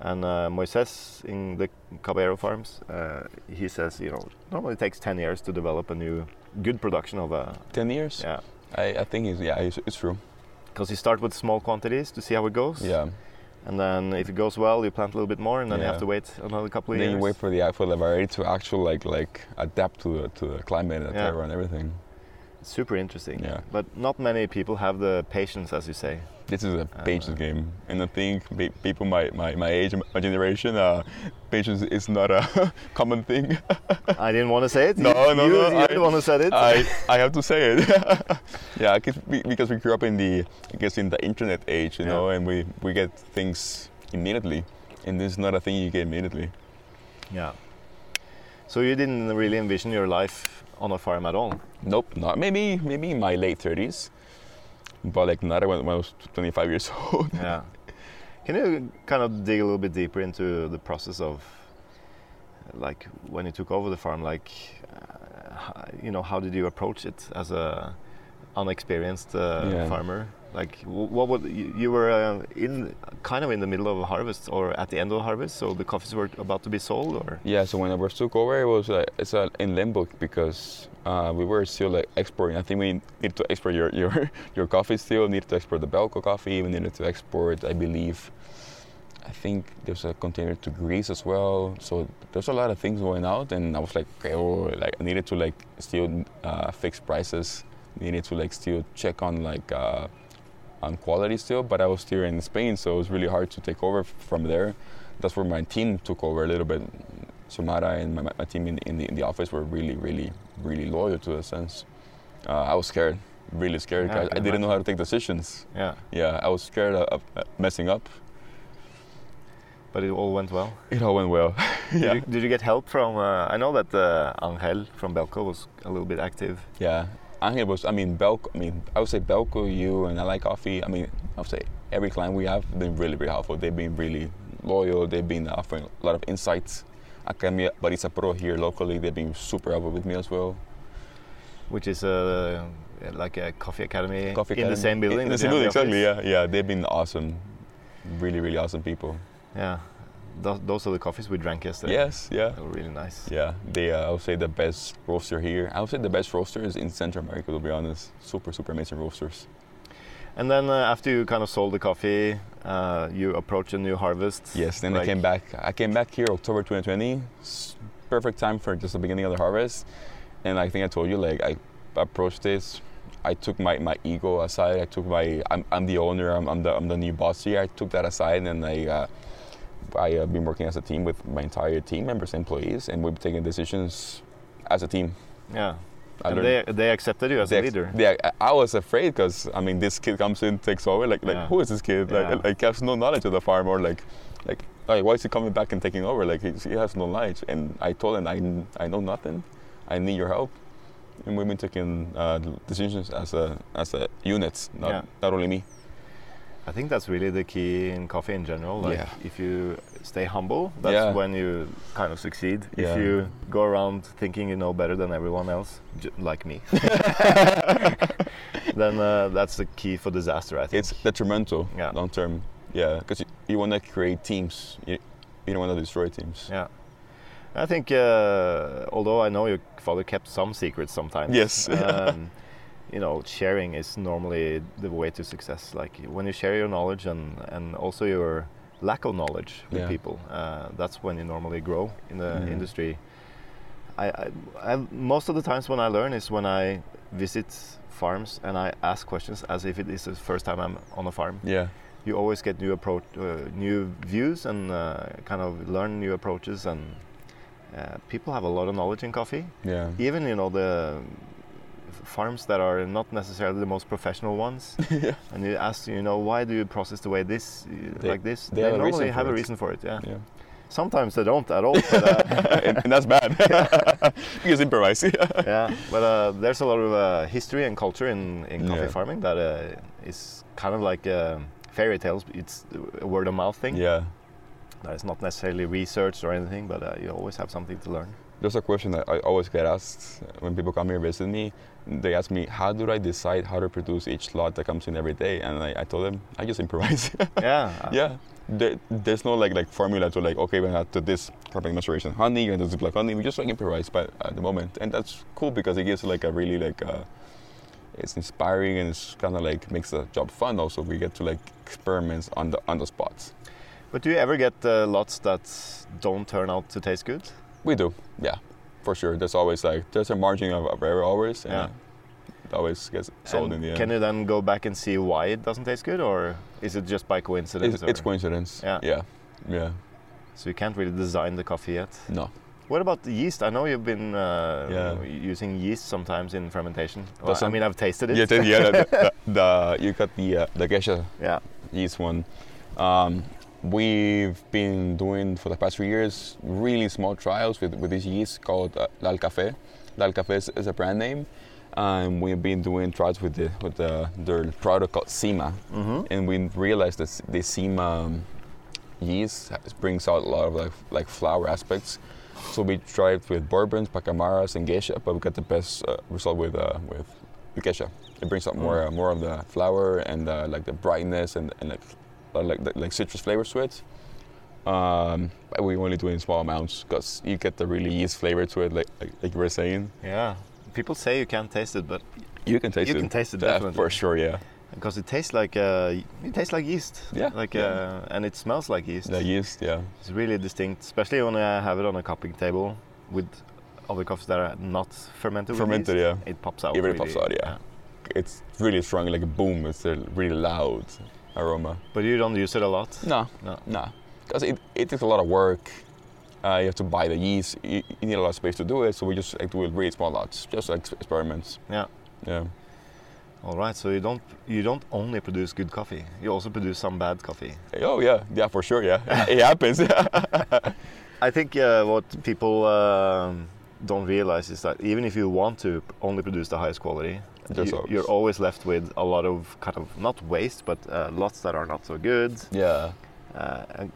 And uh, Moises in the Caballero farms, uh, he says, you know, normally it takes 10 years to develop a new good production of a. Ten years. Yeah. I, I think it's yeah it's, it's true. Because you start with small quantities to see how it goes. Yeah. And then if it goes well, you plant a little bit more and then you Yeah. have to wait another couple of then years. you wait for the actual the variety to actually like like adapt to the, to the climate and the Yeah. terroir and everything. Super interesting. Yeah. But not many people have the patience, as you say. This is a Uh, patience game, and I think pe- people my, my, my age, and my generation, uh, patience is not a common thing. I didn't want to say it. No, you, no, you, no, You're I- the one who said it. I, I have to say it. yeah, I guess we- because we grew up in the I guess in the internet age, you Yeah. know, and we, we get things immediately, and this is not a thing you get immediately. Yeah. So you didn't really envision your life on a farm at all. Nope, not maybe maybe in my late thirties, but like not when, when I was 25 years old. Yeah. Can you kind of dig a little bit deeper into the process of, like, when you took over the farm? Like, uh, h- you know, how did you approach it as a unexperienced uh, Yeah. farmer? Like, wh- what would you, you were uh, in, kind of in the middle of a harvest or at the end of a harvest, so the coffees were about to be sold, or Yeah, so when I was took over, it was uh, it's uh, in limbo because uh, we were still like exporting. I think we need to export your your, your coffee still. Needed to export the Belco coffee. We needed to export, I believe. I think there's a container to Greece as well. So there's a lot of things going out, and I was like, okay, oh, like I needed to like still uh, fix prices. Needed to like still check on like uh, on quality still. But I was still in Spain, so it was really hard to take over from there. That's where my team took over a little bit. Sumara and my, my team in, in, the, in the office were really, really, really loyal to the sense. Uh, I was scared. really scared. Yeah, I 'cause I, can didn't know how to take decisions. Yeah, Yeah, I was scared of, of messing up. but it all went well. It all went well. Did, Yeah. you, did you get help from? Uh, I know that uh, Angel from Belco was a little bit active. Yeah, Angel was. I mean, Belco. I mean, I would say Belco, you, and I like Coffee. I mean, I would say every client we have been really, really helpful. They've been really loyal. They've been offering a lot of insights. Academia Barista Pro here locally, they've been super helpful with me as well. which is a like a coffee academy Coffee in Academy- the same building. In the that same you building, have the exactly. office. Yeah, yeah. They've been awesome. Really, really awesome people. Yeah, Tho- those are the coffees we drank yesterday. Yes, yeah. they were really nice. Yeah, they. Uh, I would say the best roaster here. I would say the best roaster is in Central America. To be honest, super, super amazing roasters. And then uh, after you kind of sold the coffee, uh, you approached a new harvest. Yes, then I like- came back. I came back here October 2020. S- Perfect time for just the beginning of the harvest. And I think I told you, like, I approached this. I took my, my ego aside. I took my, I'm, I'm the owner, I'm, I'm, the, I'm the new boss here. I took that aside and I, uh, I have been working as a team with my entire team members, employees, and we've taken decisions as a team. Yeah. I And learned- they, they accepted you as a ex- leader. they- I- I was afraid because I mean, this kid comes in, takes over. Like, like Yeah. who is this kid? Like, Yeah. like, has no knowledge of the farm, or like, like, like, why is he coming back and taking over? Like, he's, he has no knowledge. And I told him, I, kn- I know nothing. I need your help. And we've been taking uh, decisions as a as a units, not Yeah. not only me. I think that's really the key in coffee in general. Like Yeah. if you stay humble, that's Yeah. when you kind of succeed. Yeah. If you go around thinking you know better than everyone else, j- like me, then uh, that's the key for disaster. I think. It's detrimental Yeah. long term. Yeah, because you, you want to create teams. You, you don't want to destroy teams. Yeah. I think, uh, although I know your father kept some secrets sometimes. Yes. um, you know, sharing is normally the way to success. Like when you share your knowledge and, and also your lack of knowledge with Yeah. people, uh, that's when you normally grow in the Mhm. industry. I, I, I, most of the times when I learn is when I visit farms and I ask questions as if it is the first time I'm on a farm Yeah. you always get new approach, uh, new views, and uh, kind of learn new approaches. And uh, people have a lot of knowledge in coffee. Yeah. Even you know the f- farms that are not necessarily the most professional ones. Yeah. And you ask, you know, why do you process the way this, uh, They- like this? they have a reason normally for have a it. reason for it. Yeah. yeah. Sometimes they don't at all. But, uh, and, and that's bad. you just improvise. yeah. But uh, there's a lot of uh, history and culture in, in coffee Yeah. farming that uh, is kind of like. Uh, Fairy tales, it's a word of mouth thing. yeah. that is not necessarily researched or anything, but uh, you always have something to learn. There's a question that I always get asked when people come here visit me. They ask me, how do I decide how to produce each lot that comes in every day? And I, I told them, I just improvise. yeah. yeah. There, there's no like like formula to like, okay, we're going to do this carbon maceration honey, we're going to do this black honey. We just like improvise but at the moment. And that's cool because it gives like a really like, uh, it's inspiring and it's kind of like makes the job fun also. We get to like experiments on the, on the spots. But do you ever get uh, lots that don't turn out to taste good? We do, yeah, for sure. There's always like there's a margin of of error always, and Yeah. uh it always gets sold And in the end. Can you then go back and see why it doesn't taste good, or is it just by coincidence? it's, it's or- coincidence. Yeah. yeah, yeah. so you can't really design the coffee yet. No, What about the yeast? I know you've been uh, Yeah. using yeast sometimes in fermentation. Well, That's I some- mean, I've tasted it. yeah, the, yeah. The, the, the you got the uh, the geisha yeah. yeast one. Um, we've been doing for the past few years really small trials with, with this yeast called uh, Lal Café. Lal Café is, is a brand name, and we've been doing trials with the with the, their product called Sima, and we realized that the Sima um, yeast has- brings out a lot of like like flower aspects. So we tried with bourbons, pacamaras, and geisha, but we got the best uh, result with uh, with with geisha. It brings out more uh, more of the flower and uh, like the brightness and, and like uh, like the, like citrus flavors to it. Um, but we only do it in small amounts because you get the really yeast flavor to it, like like, like you were saying. Yeah. People say you can't taste it, but You can taste You it. can taste it, Yeah, definitely. for sure. Yeah, because it tastes like uh, it tastes like yeast. Yeah, Like yeah. Uh, and it smells like yeast. the yeast. Yeah, It's really distinct, especially when I have it on a cupping table with other coffees that are not fermented. Fermented, with yeah. yeast. It pops out. It really pops out, yeah. it's really strong, like a boom. It's a really loud aroma. But you don't use it a lot. No, No. no, because it, it takes a lot of work. Uh, you have to buy the yeast. You, you need a lot of space to do it. So we just like, do it really small lots, just like experiments. Yeah. Yeah. All right, so you don't you don't only produce good coffee. You also produce some bad coffee. Oh yeah, yeah for sure. Yeah, it happens. I think uh, what people um don't realize is that even if you want to only produce the highest quality, There's you, always- you're always left with a lot of kind of not waste, but uh, lots that are not so good. yeah. Uh, and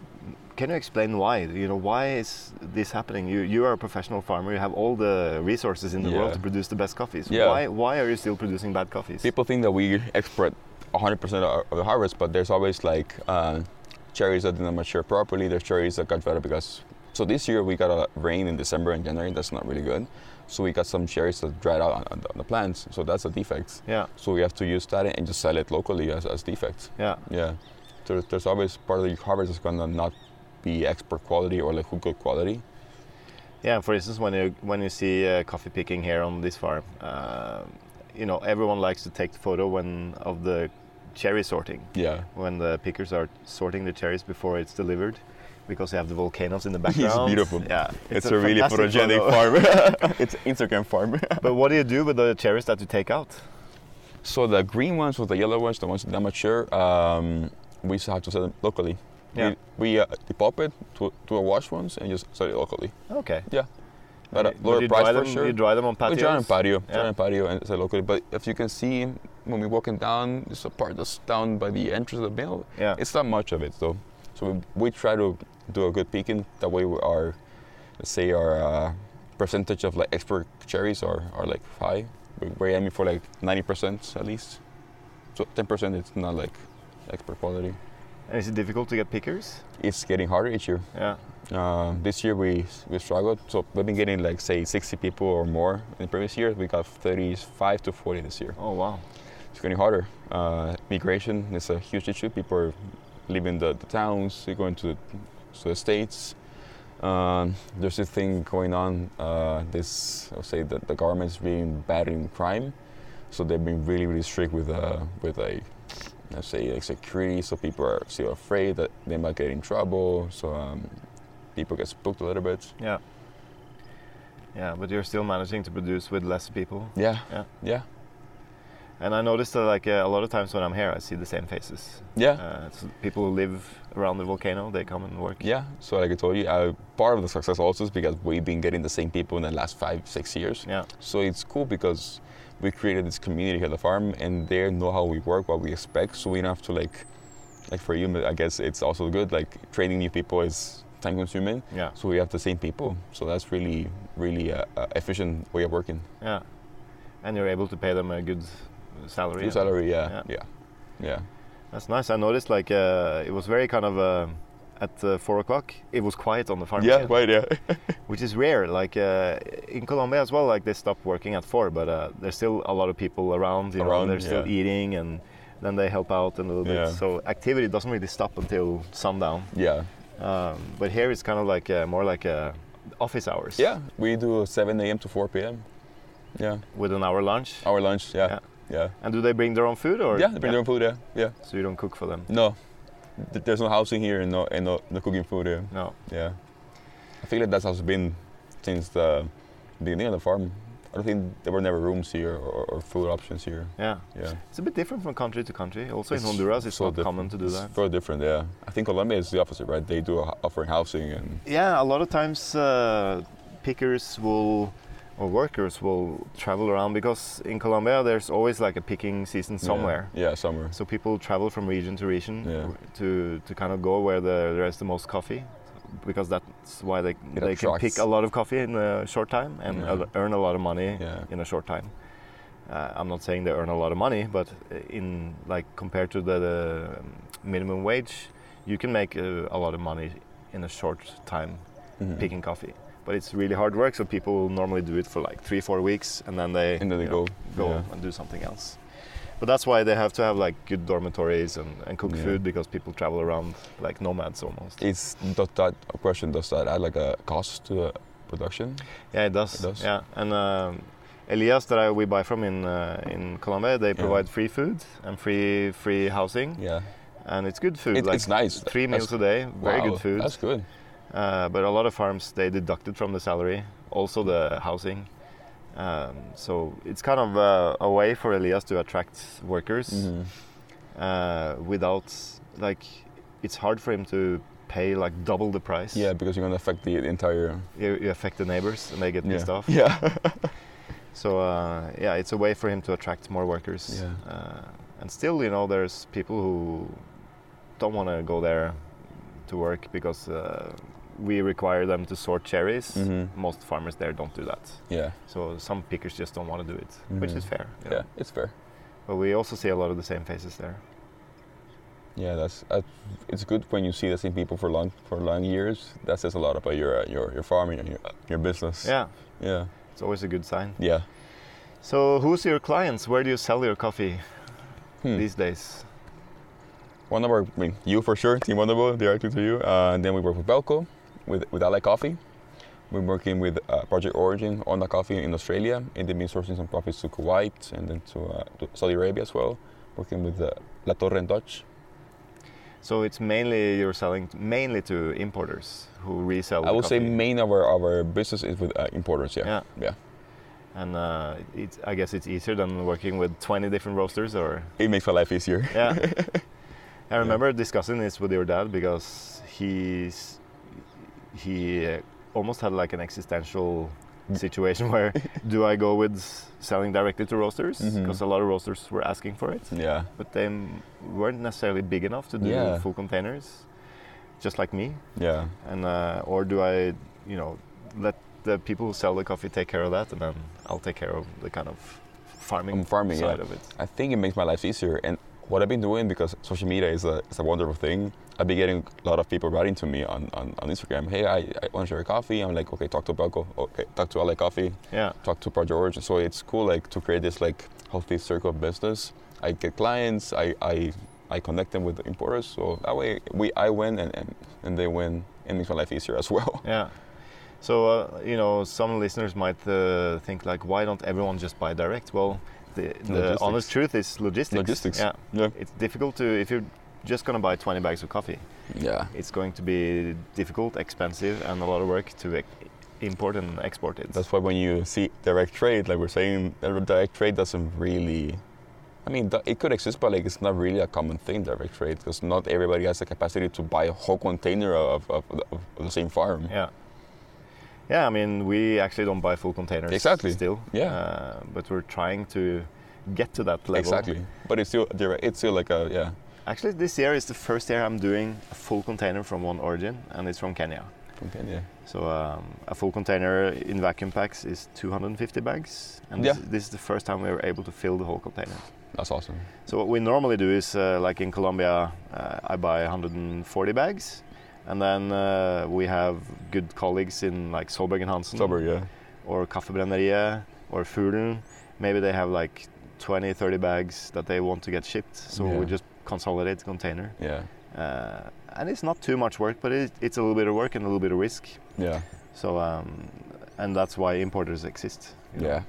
can you explain why? You know, why is this happening? You you are a professional farmer. You have all the resources in the Yeah. world to produce the best coffees. Yeah. Why why are you still producing bad coffees? people think that we export 100% of of the harvest, but there's always like uh, cherries that didn't mature properly. There's cherries that got better because. So this year we got a rain in December and January. That's not really good. So we got some cherries that dried out on, on the, on the plants. So that's a defect. Yeah, So we have to use that and just sell it locally as, as defects. yeah. Yeah. There, there's always part of the harvest is going to not be export quality or like good quality. Yeah, for instance, when you when you see uh, coffee picking here on this farm, uh, you know everyone likes to take the photo when of the cherry sorting Yeah. when the pickers are sorting the cherries before it's delivered, because you have the volcanoes in the It's background. beautiful. Yeah, It's, a, really fantastic photogenic photo. farm. it's Instagram farm. but what do you do with the cherries that you take out? So the green ones with the yellow ones, the ones that are mature, um, we used to have to sell them locally. Yeah. We, we uh, depulp it to, to a wash ones and just sell it locally. Okay. Yeah. At a But uh, lower you price dry for them, sure. You dry them on we patios. dry on patio, dry Yeah. on patio and sell locally. But if you can see when we're walking down, there's a part that's down by the entrance of the mill. Yeah. It's not much of it though. So we, we try to do a good picking. That way we- our, let's say our uh, percentage of like export cherries are, are like high. We- We're aiming for like 90% at least. So 10% it's not like export quality. And is it difficult to get pickers? It's getting harder each year. Yeah. Uh, this year we we struggled, so we've been getting like say 60 people or more. In the previous year, we got 35 to 40 this year. Oh wow. It's getting harder. Uh, migration is a huge issue. People are leaving the, the towns, they're going to to the states. Um, there's this thing going on. Uh, this I'll say that the government's being bad in crime, so they've been really really strict with uh, with a I say like security, so people are still afraid that they might get in trouble. So um, people get spooked a little bit. Yeah. Yeah, but you're still managing to produce with less people. Yeah, Yeah. yeah, And I noticed that like uh, a lot of times when I'm here, I see the same faces. yeah. Uh, it's people who live around the volcano, they come and work. Yeah, so like I told you, uh, part of the success also is because we've been getting the same people in the last five, six years. Yeah. So it's cool because we created this community here at the farm, and they know how we work, what we expect, so we don't have to like, like for you, I guess it's also good. Like training new people is time consuming, Yeah. so we have the same people. So that's really, really uh, uh, efficient way of working. Yeah. And you're able to pay them a good salary. Good and- salary, yeah, yeah, yeah, That's nice. I noticed like uh, it was very kind of uh, at uh, four o'clock. It was quiet on the farm, yeah, again, right, yeah, which is rare. Like uh, in Colombia as well, like they stop working at four, but uh, there's still a lot of people around. You Around, know, they're still yeah. eating and then they help out a little Yeah. bit. So activity doesn't really stop until sundown. yeah. Um, but here it's kind of like uh, more like uh, office hours. Yeah, we do 7 a.m. to 4 p.m. Yeah, With an hour lunch. our lunch. Yeah, yeah. And do they bring their own food or? Yeah, they bring their own food. Yeah, yeah. So you don't cook for them? No, Th- there's no housing here and no and no, no cooking food here. No. Yeah, I feel like that's how it's been since the beginning of the farm. I don't think there were never rooms here or, or food options here. Yeah. Yeah, It's a bit different from country to country. Also It's in Honduras, it's so not diff- common to do that. it's very different. Yeah, I think Colombia is the opposite, right? They do a- offering housing and Yeah, a lot of times uh, pickers will or workers will travel around because in Colombia there's always like a picking season yeah. somewhere. Yeah, somewhere. So people travel from region to region Yeah. to to kind of go where the, there is the most coffee because that's why they they can pick attracts. a lot of coffee in a short time and Yeah. a- earn a lot of money Yeah. in a short time. Uh, I'm not saying they earn a lot of money, but in like compared to the, the minimum wage, you can make uh, a lot of money in a short time Mhm. picking coffee. But it's really hard work, so people normally do it for like three, four weeks, and then they And then they you know, go. go Yeah. and do something else. But that's why they have to have like good dormitories and, and cook Yeah. food because people travel around like nomads almost. Is does that a question? Does that add like a cost to the production? yeah, it does. It does. Yeah, and um, Elias that I, we buy from in uh, in Colombia, they Yeah. provide free food and free free housing, Yeah, and it's good food. It- like it's nice. Three That's- meals a day, very Wow, good food. That's good. Uh, but a lot of farms they deducted from the salary, also the housing, Um, so it's kind of uh, a way for Elias to attract workers Mm-hmm. uh, without like it's hard for him to pay like double the price. Yeah, because you're gonna affect the entire. You, you affect the neighbors and they get yeah. pissed off. Yeah. So uh, yeah, it's a way for him to attract more workers. Yeah. Uh, and still, you know, there's people who don't want to go there to work because uh, we require them to sort cherries. Mhm. Most farmers there don't do that. Yeah. So some pickers just don't want to do it, which Mhm. is fair. you know. Yeah. It's fair. But we also see a lot of the same faces there. Yeah, that's uh, it's good when you see the same people for long for long years. That says a lot about your uh, your your farming and your your business. Yeah, Yeah. it's always a good sign. Yeah. So who's your clients? Where do you sell your coffee Hmm. these days? One of our, I mean, you for sure, Team Wonderbowl, directly to you. Uh, and then we work with Belco, with, with Ally Coffee. We're working with uh, Project Origin on the coffee in Australia, and they've been sourcing some coffees to Kuwait and then to, uh, to Saudi Arabia as well. Working with uh, La Torre and Dutch. So it's mainly you're selling mainly to importers who resell. I the would say coffee. main of our, of our business is with uh, importers. Yeah. Yeah. Yeah. and uh, it's, I guess it's easier than working with 20 different roasters. Or It makes my life easier. yeah, I remember discussing this with your dad because he's he uh, almost had like an existential situation where do I go with selling directly to roasters because Mhm. a lot of roasters were asking for it, Yeah. but they m- weren't necessarily big enough to do Yeah. full containers, just like me. Yeah. And uh, or do I, you know, let the people who sell the coffee take care of that, and then I'll take care of the kind of farming, I'm farming, yeah. side of it. I think it makes my life easier. And what I've been doing because social media is a, is a wonderful thing. I've been getting a lot of people writing to me on, on, on Instagram. Hey, I, I want to share a coffee. I'm like, okay, talk to Belco. Okay, talk to LA Coffee. Yeah, Talk to Project Origin. So it's cool like to create this like healthy circle of business. I get clients. I I, I connect them with the importers. So that way we I win and and, and they win. It makes my life easier as well. yeah. So uh, you know, some listeners might uh, think like, why don't everyone just buy direct? Well, the, the Logistics. honest truth is logistics. Logistics. Yeah, Yeah. it's difficult to if you're just gonna buy 20 bags of coffee. Yeah. It's going to be difficult, expensive, and a lot of work to ex- import and export it. That's why when you see direct trade, like we're saying, uh, direct trade doesn't really. I mean, th- it could exist, but like it's not really a common thing, direct trade, because not everybody has the capacity to buy a whole container of, of, of the same farm. Yeah. Yeah, I mean, we actually don't buy full containers. Exactly. Still. Yeah. Uh, but we're trying to get to that level. exactly. But it's still direct. It's still like a yeah, Actually, this year is the first year I'm doing a full container from one origin, and it's from Kenya. from Kenya. So um, a full container in vacuum packs is 250 bags, and Yeah. this, this is the first time we were able to fill the whole container. That's awesome. So what we normally do is, uh, like in Colombia, uh, I buy 140 bags, and then uh, we have good colleagues in like Solberg and Hansen. Sober, yeah. or Kaffebrenneriet or Fuglen, maybe they have like 20, 30 bags that they want to get shipped. So Yeah. we just consolidate the container. Yeah. Uh, and it's not too much work, but it, it's a little bit of work and a little bit of risk. Yeah. So, um, and that's why importers exist. you know. Yeah.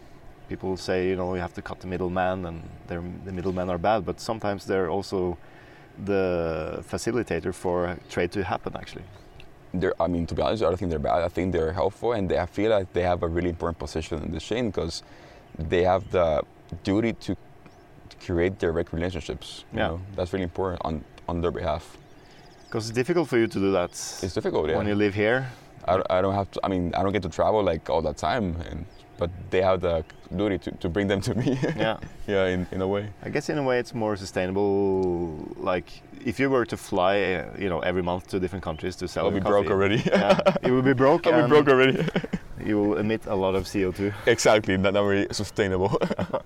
People say, you know, you have to cut the middleman and they're, the middlemen are bad, but sometimes they're also the facilitator for trade to happen, actually. they're, I mean, to be honest, I don't think they're bad. I think they're helpful, and they, I feel like they have a really important position in the chain because they have the duty to create direct relationships. You Yeah. know? that's really important on on their behalf. Because it's difficult for you to do that It's difficult. when you Yeah, live here. I, don't- I don't have to. I mean, I don't get to travel like all the time, and but they have the duty to, to bring them to me. Yeah. yeah, in, in a way. I guess in a way it's more sustainable. Like if you were to fly, uh, you know, every month to different countries to sell I'll be your broke coffee, already. yeah, you will be broke. I'll be and broke already. You will emit a lot of CO2. exactly. Not, not very sustainable.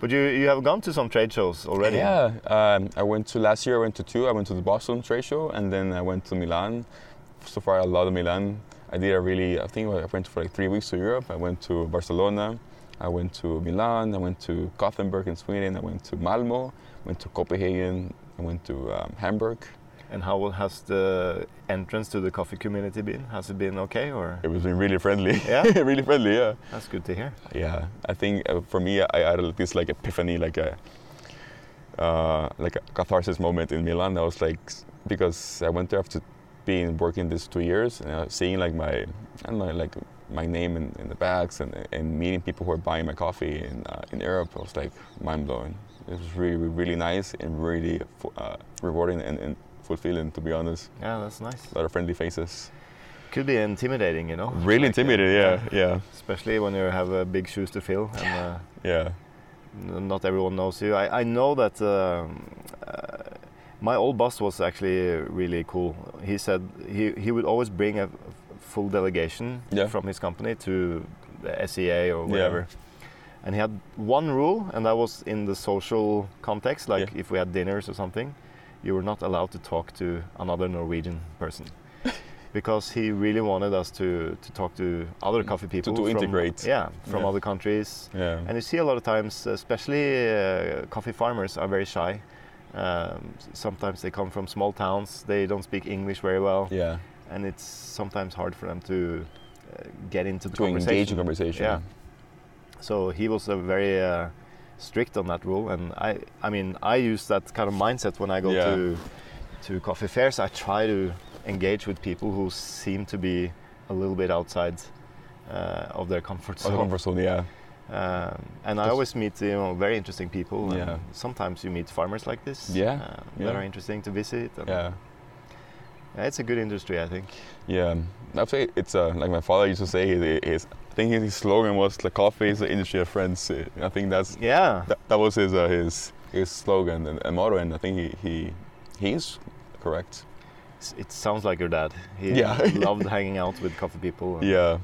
But you you have gone to some trade shows already. Yeah, um, I went to last year. I went to two. I went to the Boston trade show, and then I went to Milan. So far, I love Milan. I did a really. I think I went for like three weeks to Europe. I went to Barcelona. I went to Milan. I went to Gothenburg in Sweden. I went to Malmo. Went to Copenhagen. I went to um, Hamburg. And how has the entrance to the coffee community been? Has it been okay or? It was been really friendly. Yeah? really friendly. Yeah. That's good to hear. Yeah, I think uh, for me, I I had this like epiphany, like a uh, like a catharsis moment in Milan. I was like, s- because I went there after being working these two years and uh, seeing like my I don't know, like my name in, in the bags and, and meeting people who are buying my coffee in, uh, in Europe, I was like mind blowing. It was really, really nice and really uh, rewarding and, and fulfilling, to be honest. Yeah, that's nice. A lot of friendly faces. Could be intimidating, you know. Really Like, uh, intimidating, yeah, yeah, Especially when you have uh, big shoes to fill and uh, yeah. n- not everyone knows you. I, I know that um, uh, my old boss was actually really cool. He said he, he would always bring a f- full delegation Yeah. from his company to the SEA or whatever. And he had one rule, and that was in the social context. Like if we had dinners or something, you were not allowed to talk to another Norwegian person. Because he really wanted us to, to talk to other coffee people. to integrate. Yeah, from Yeah. other countries. Yeah. And you see a lot of times, especially uh, coffee farmers are very shy. Um, s- sometimes they come from small towns, they don't speak English very well, yeah. and it's sometimes hard for them to uh, get into the To conversation. engage in conversation. Yeah. So he was a very uh, strict on that rule, and I, I mean, I use that kind of mindset when I go Yeah. to to coffee fairs. I try to engage with people who seem to be a little bit outside uh, of their comfort Other zone. comfort zone, yeah. Um, and I Does- always meet you know very interesting people. and Yeah. Sometimes you meet farmers like this. Yeah, uh, yeah. That are interesting to visit. and- Yeah. Yeah, It's a good industry, I think. Yeah, I'd say it's uh, like my father used to say. His, his I think his slogan was "The coffee is the industry of friends." Uh, I think that's Yeah. that, that was his uh, his his slogan and, and motto, and I think he he he's correct. S- It sounds like your dad. He Yeah. loved hanging out with coffee people and Yeah,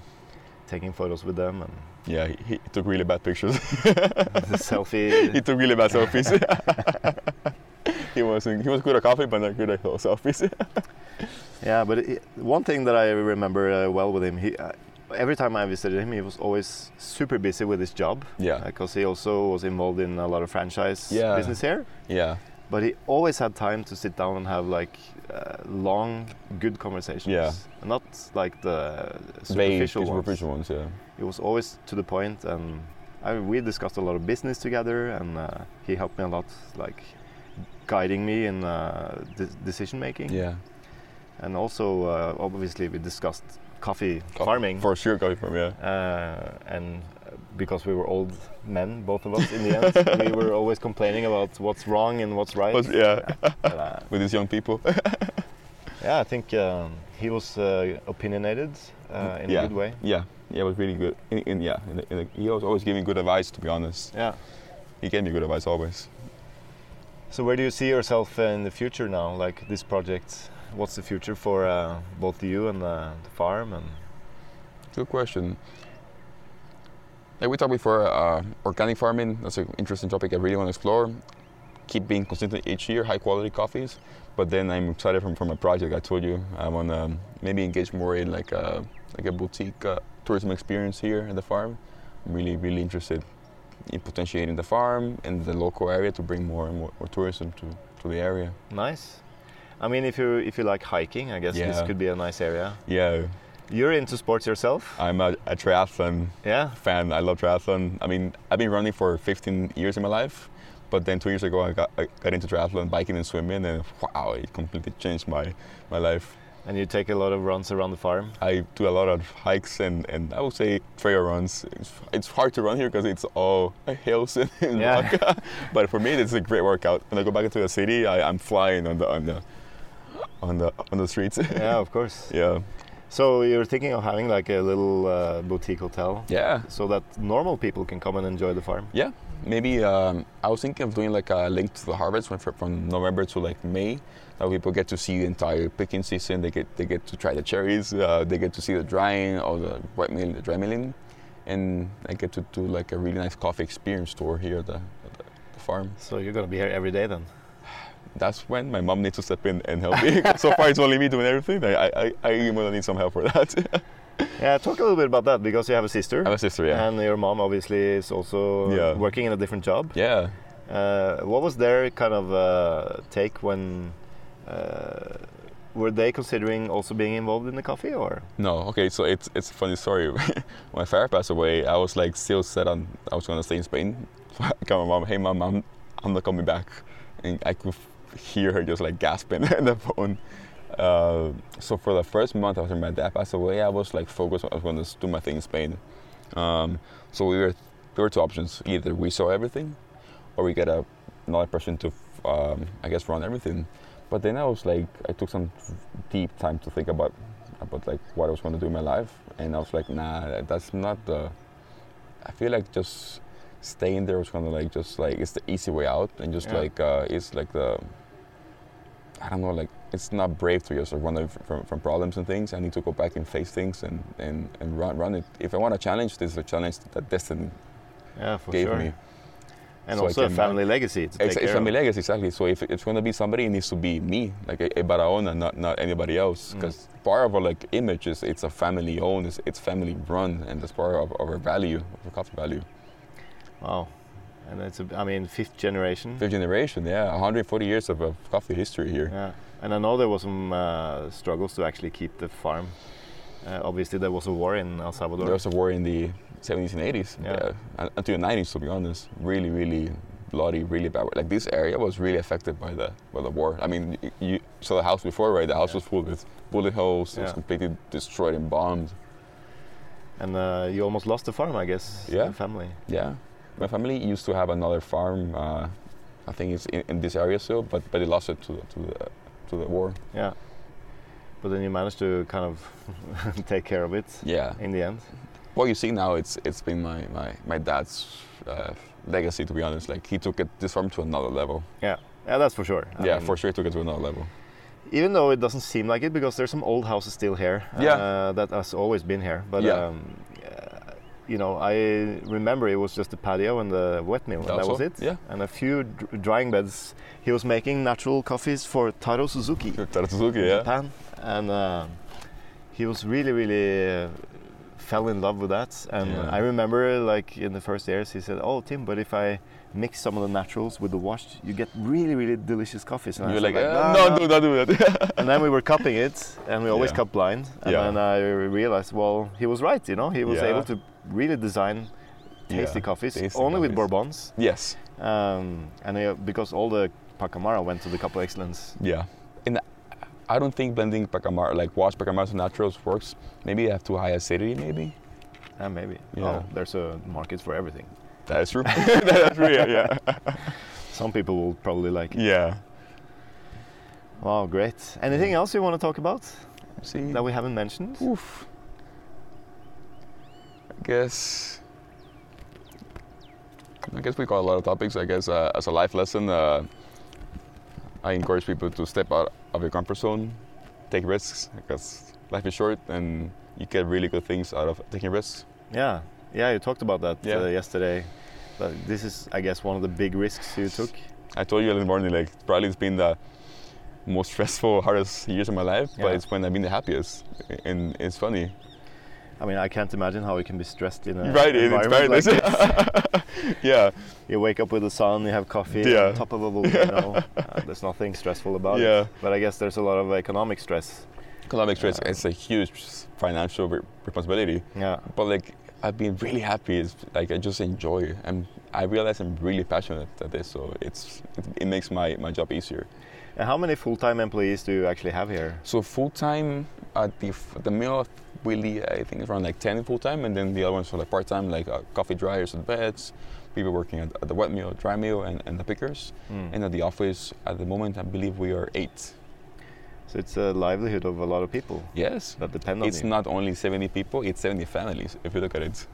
taking photos with them and yeah, he, he took really bad pictures. he selfie. took really bad selfies. he wasn't he was good at coffee, but not good at selfies. Yeah, but it, one thing that I remember uh, well with him, he, uh, every time I visited him, he was always super busy with his job yeah, because he also was involved in a lot of franchise Yeah. business here. yeah, but he always had time to sit down and have like uh, long, good conversations. Yeah. Not like the Vague, superficial ones. superficial ones. Yeah, It was always to the point, and I, we discussed a lot of business together, and uh, he helped me a lot, like guiding me in uh, de- decision making. yeah. And also, uh, obviously, we discussed coffee, farming. for sure, coffee farm. Yeah, uh, and uh, because we were old men, both of us, in the end, we were always complaining about what's wrong and what's right. But, yeah, But, uh, with these young people. Yeah, I think um, he was uh, opinionated uh, in Yeah. a good way. Yeah, yeah, it was really good. In, in, yeah, in, in, he was always giving good advice. To be honest, Yeah. he gave me good advice always. So where do you see yourself uh, in the future now? Like this project, what's the future for uh, both you and uh, the farm? And Good question. Like we talked before, uh, organic farming. That's an interesting topic I really want to explore. Keep being consistent each year, high quality coffees. But then I'm excited from from a project I told you. I want to maybe engage more in like a like a boutique uh, tourism experience here at the farm. I'm really really interested in potentiating the farm and the local area to bring more and more, more tourism to, to the area. nice. I mean, if you if you like hiking, I guess this Yeah. could be a nice area. Yeah, You're into sports yourself, I'm a, a triathlon yeah? fan. I love triathlon. I mean, I've been running for 15 years in my life, but then two years ago I got, I got into triathlon, biking and swimming, and wow, it completely changed my, my life. And you take a lot of runs around the farm. I do a lot of hikes and, and I would say trail runs. It's, it's hard to run here because it's all uh, hills and, and Yeah. rock. but for me, it's a great workout. When I go back into the city, I, I'm flying on the on the on the on the streets. yeah, of course. yeah. So you're thinking of having like a little uh, boutique hotel, Yeah. so that normal people can come and enjoy the farm. Yeah, maybe um, I was thinking of doing like a link to the harvest from, from November to like May. That people get to see the entire picking season. They get they get to try the cherries. Uh, they get to see the drying or the wet mill, the dry milling, and I get to do like a really nice coffee experience tour here at the, at the, the farm. So you're gonna be here every day then. That's when my mom needs to step in and help me. so far, it's only me doing everything. I I, I, I gonna need some help for that. Yeah, talk a little bit about that because you have a sister, I have a sister. Yeah. and your mom obviously is also Yeah. working in a different job. yeah. Uh, what was their kind of uh, take when? Uh, were they considering also being involved in the coffee, or No, okay, so it's it's a funny story. when my father passed away, I was like still set on I was gonna stay in Spain. So I called my mom, hey mom, I'm I'm not coming back, and I could f- hear her just like gasping in the phone. Uh, so for the first month after my dad passed away, I was like focused. I was going to do my thing in Spain. Um, so we were there were two options: either we sell everything, or we get a, another person to, um, I guess, run everything. But then I was like, I took some deep time to think about about like what I was going to do in my life, and I was like, nah, that's not the. I feel like just staying there was kind of like just like it's the easy way out, and just Yeah. like uh, it's like the. I don't know, like it's not brave to just like, run away from, from problems and things. I need to go back and face things and, and, and run run it. If I want to challenge, this is a challenge that destiny Yeah, for gave sure. me. And So I also a came family legacy to take Ex- care it's of. family legacy, exactly. So if it's going to be somebody, it needs to be me, like a, a Barahona, not not anybody else. Mm. Because part of our like image is it's a family owned, it's, it's family run, and that's part of, of our value, of our coffee value. Mm. Wow. And it's, a, I mean, fifth generation. Fifth generation, yeah, 140 years of, of coffee history here. Yeah. And I know there was some uh, struggles to actually keep the farm. Uh, obviously, there was a war in El Salvador. There was a war in the 70s and 80s, Yeah. uh, until the 90s, to be honest. Really, really bloody, really bad. Like this area was really affected by the by the war. I mean, you, you saw the house before, right? The house Yeah. was full with bullet holes. It was Yeah. completely destroyed and bombed. And uh, you almost lost the farm, I guess. Yeah. the family. Yeah, my family used to have another farm. Uh, I think it's in, in this area still, but but they lost it to the, to the to the war. Yeah. But then you managed to kind of take care of it Yeah. in the end. What you see now, it's it's been my my my dad's uh, legacy. To be honest, like he took it this farm to another level. Yeah, that's for sure. I yeah, mean, for sure, he took it to another level. Even though it doesn't seem like it, because there's some old houses still here Yeah. uh, that has always been here. But Yeah. um, uh, you know, I remember it was just the patio and the wet mill, and that Also, was it. yeah. And a few dr- drying beds. He was making natural coffees for Taro Suzuki in Tarasuzuki, yeah. Japan, and uh, he was really, really. Uh, fell in love with that and Yeah. i remember like in the first years he said oh tim but if i mix some of the naturals with the washed you get really really delicious coffees and I You're was like, "No, "Uh, no, do not do that. and then we were cupping it, and we always Yeah. cup blind. And Yeah. then I realized, well, he was right. You know, he was Yeah. able to really design tasty Yeah, coffees tasty only with coffees. bourbons, yes, um, and uh, because all the Pacamara went to the Couple Excellence. yeah. And I don't think blending pacamara, like washed pacamaras and naturals, works. Maybe they have too high acidity, maybe. And maybe Yeah. oh, there's a market for everything. That is true. That's true. Yeah, yeah. Some people will probably like. it. Yeah. Wow, great. Anything else you want to talk about See. that we haven't mentioned? Oof. I guess. I guess we got a lot of topics. I guess uh, as a life lesson, uh, I encourage people to step out of your comfort zone, take risks, because life is short and you get really good things out of taking risks. Yeah, yeah. You talked about that Yeah. uh, yesterday. But this is, I guess, one of the big risks you took. I told you in the morning, like probably it's been the most stressful, hardest years of my life, Yeah. but it's when I've been the happiest, and it's funny. I mean, I can't imagine how you can be stressed in a right? It's environment very like nice. yeah. you wake up with the sun, you have coffee, Yeah. on top of a volcano. uh, there's nothing stressful about Yeah. it. But I guess there's a lot of economic stress. economic stress it's a huge financial re- responsibility Yeah, but like i've been really happy it's like i just enjoy it and i realize i'm really passionate at this so it's it, it makes my, my job easier and how many full-time employees do you actually have here? so full-time at the f- the mill of Willie, i think it's around like 10 full-time and then the other ones are like part-time like uh, coffee dryers and beds people working at, at the wet mill dry mill and, and the pickers Mm. and at the office at the moment i believe we are eight So it's a livelihood of a lot of people yes that depend on it's you. not only 70 people it's 70 families if you look at it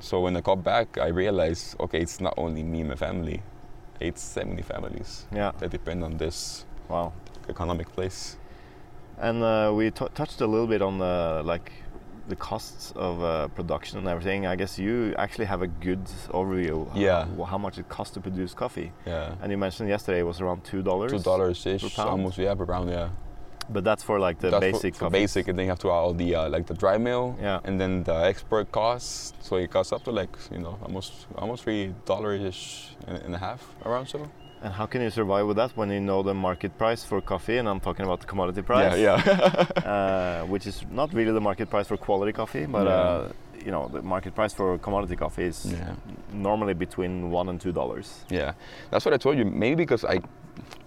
so when i got back i realized okay it's not only me and my family it's 70 families yeah, that depend on this wow. economic place And uh, we t- touched a little bit on the like the costs of uh, production and everything. I guess you actually have a good overview. of Yeah. How, how much it costs to produce coffee? yeah And you mentioned yesterday it was around two dollars. two dollars ish pound? almost yeah per pound yeah But that's for like the That's for- basic for, coffee. basic and then you have to add all the uh, like the dry mill Yeah. and then the export costs so it costs up to like you know almost almost three dollars ish and, and a half around so And how can you survive with that when you know the market price for coffee? And I'm talking about the commodity price, yeah yeah uh, which is not really the market price for quality coffee, but Yeah. uh, you know the market price for commodity coffee is yeah normally between one and two dollars. Yeah, that's what I told you. Maybe because I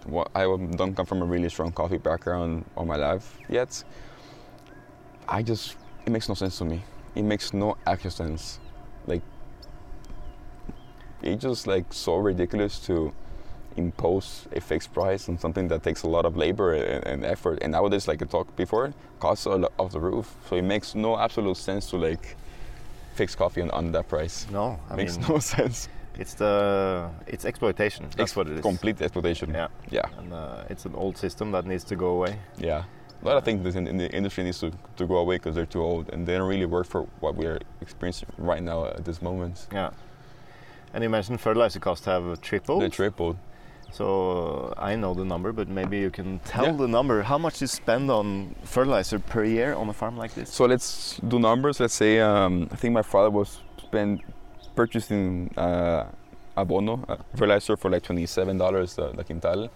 wha- I w- don't come from a really strong coffee background all my life yet. I just it makes no sense to me. It makes no actual sense. Like it's just like so ridiculous to impose a fixed price on something that takes a lot of labor and, and effort. And nowadays, like I talked before, costs are lo- off the roof. So it makes no absolute sense to like fix coffee on, on that price. No, I makes mean no sense. it's the it's exploitation. That's what it is. Complete exploitation. Yeah, Yeah. and uh, it's an old system that needs to go away. Yeah. A lot of things that's in, in the industry needs to, to go away because they're too old and they don't really work for what we're experiencing right now at this moment. Yeah. And you mentioned fertilizer costs have tripled. They tripled. So uh, I know the number, but maybe you can tell Yeah. the number. How much you spend on fertilizer per year on a farm like this? So let's do numbers. Let's say um, I think my father was spend purchasing uh, abono uh, fertilizer for like twenty seven dollars uh, the quintal.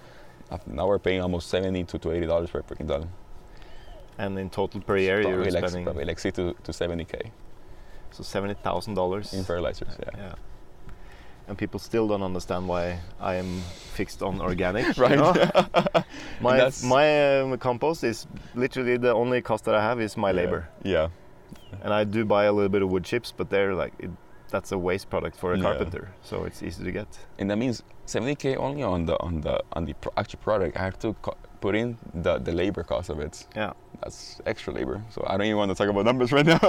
Uh, Now we're paying almost seventy to, to eighty dollars per, per quintal. And in total per year, probably you're like, spending probably like sixty to seventy k so seventy thousand dollars. in fertilizers. Yeah. Yeah. And people still don't understand why I am fixed on organic. Right. my That's- my um, compost is literally the only cost that I have is my labor, Yeah. and I do buy a little bit of wood chips, but they're like it, that's a waste product for a Yeah. carpenter, so it's easy to get. and that means 70k only on the on the on the pro- actual product. I have to co- put in the the labor cost of it. Yeah. That's extra labor. So I don't even want to talk about numbers right now.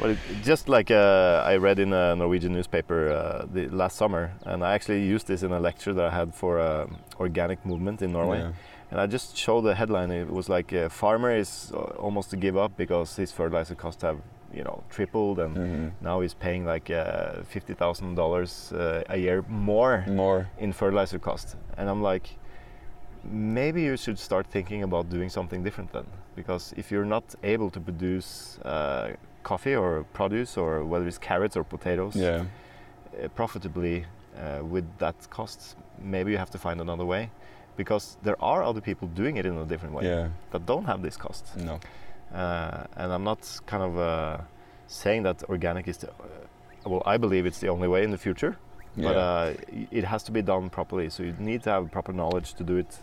Well, it, just like uh, I read in a Norwegian newspaper uh, the last summer, and I actually used this in a lecture that I had for um organic movement in Norway. Yeah. And I just showed the headline. It was like a farmer is uh, almost to give up because his fertilizer costs have you know tripled, and Mhm. now he's paying like uh, fifty thousand dollars uh, a year more More. in fertilizer cost. And I'm like, maybe you should start thinking about doing something different then, because if you're not able to produce uh, coffee or produce or whether it's carrots or potatoes Yeah. uh, profitably uh, with that cost, maybe you have to find another way, because there are other people doing it in a different way Yeah. that don't have this cost. No. Uh, and I'm not kind of uh, saying that organic is the, uh, well, I believe it's the only way in the future but yeah. uh, y- it has to be done properly. So you need to have proper knowledge to do it.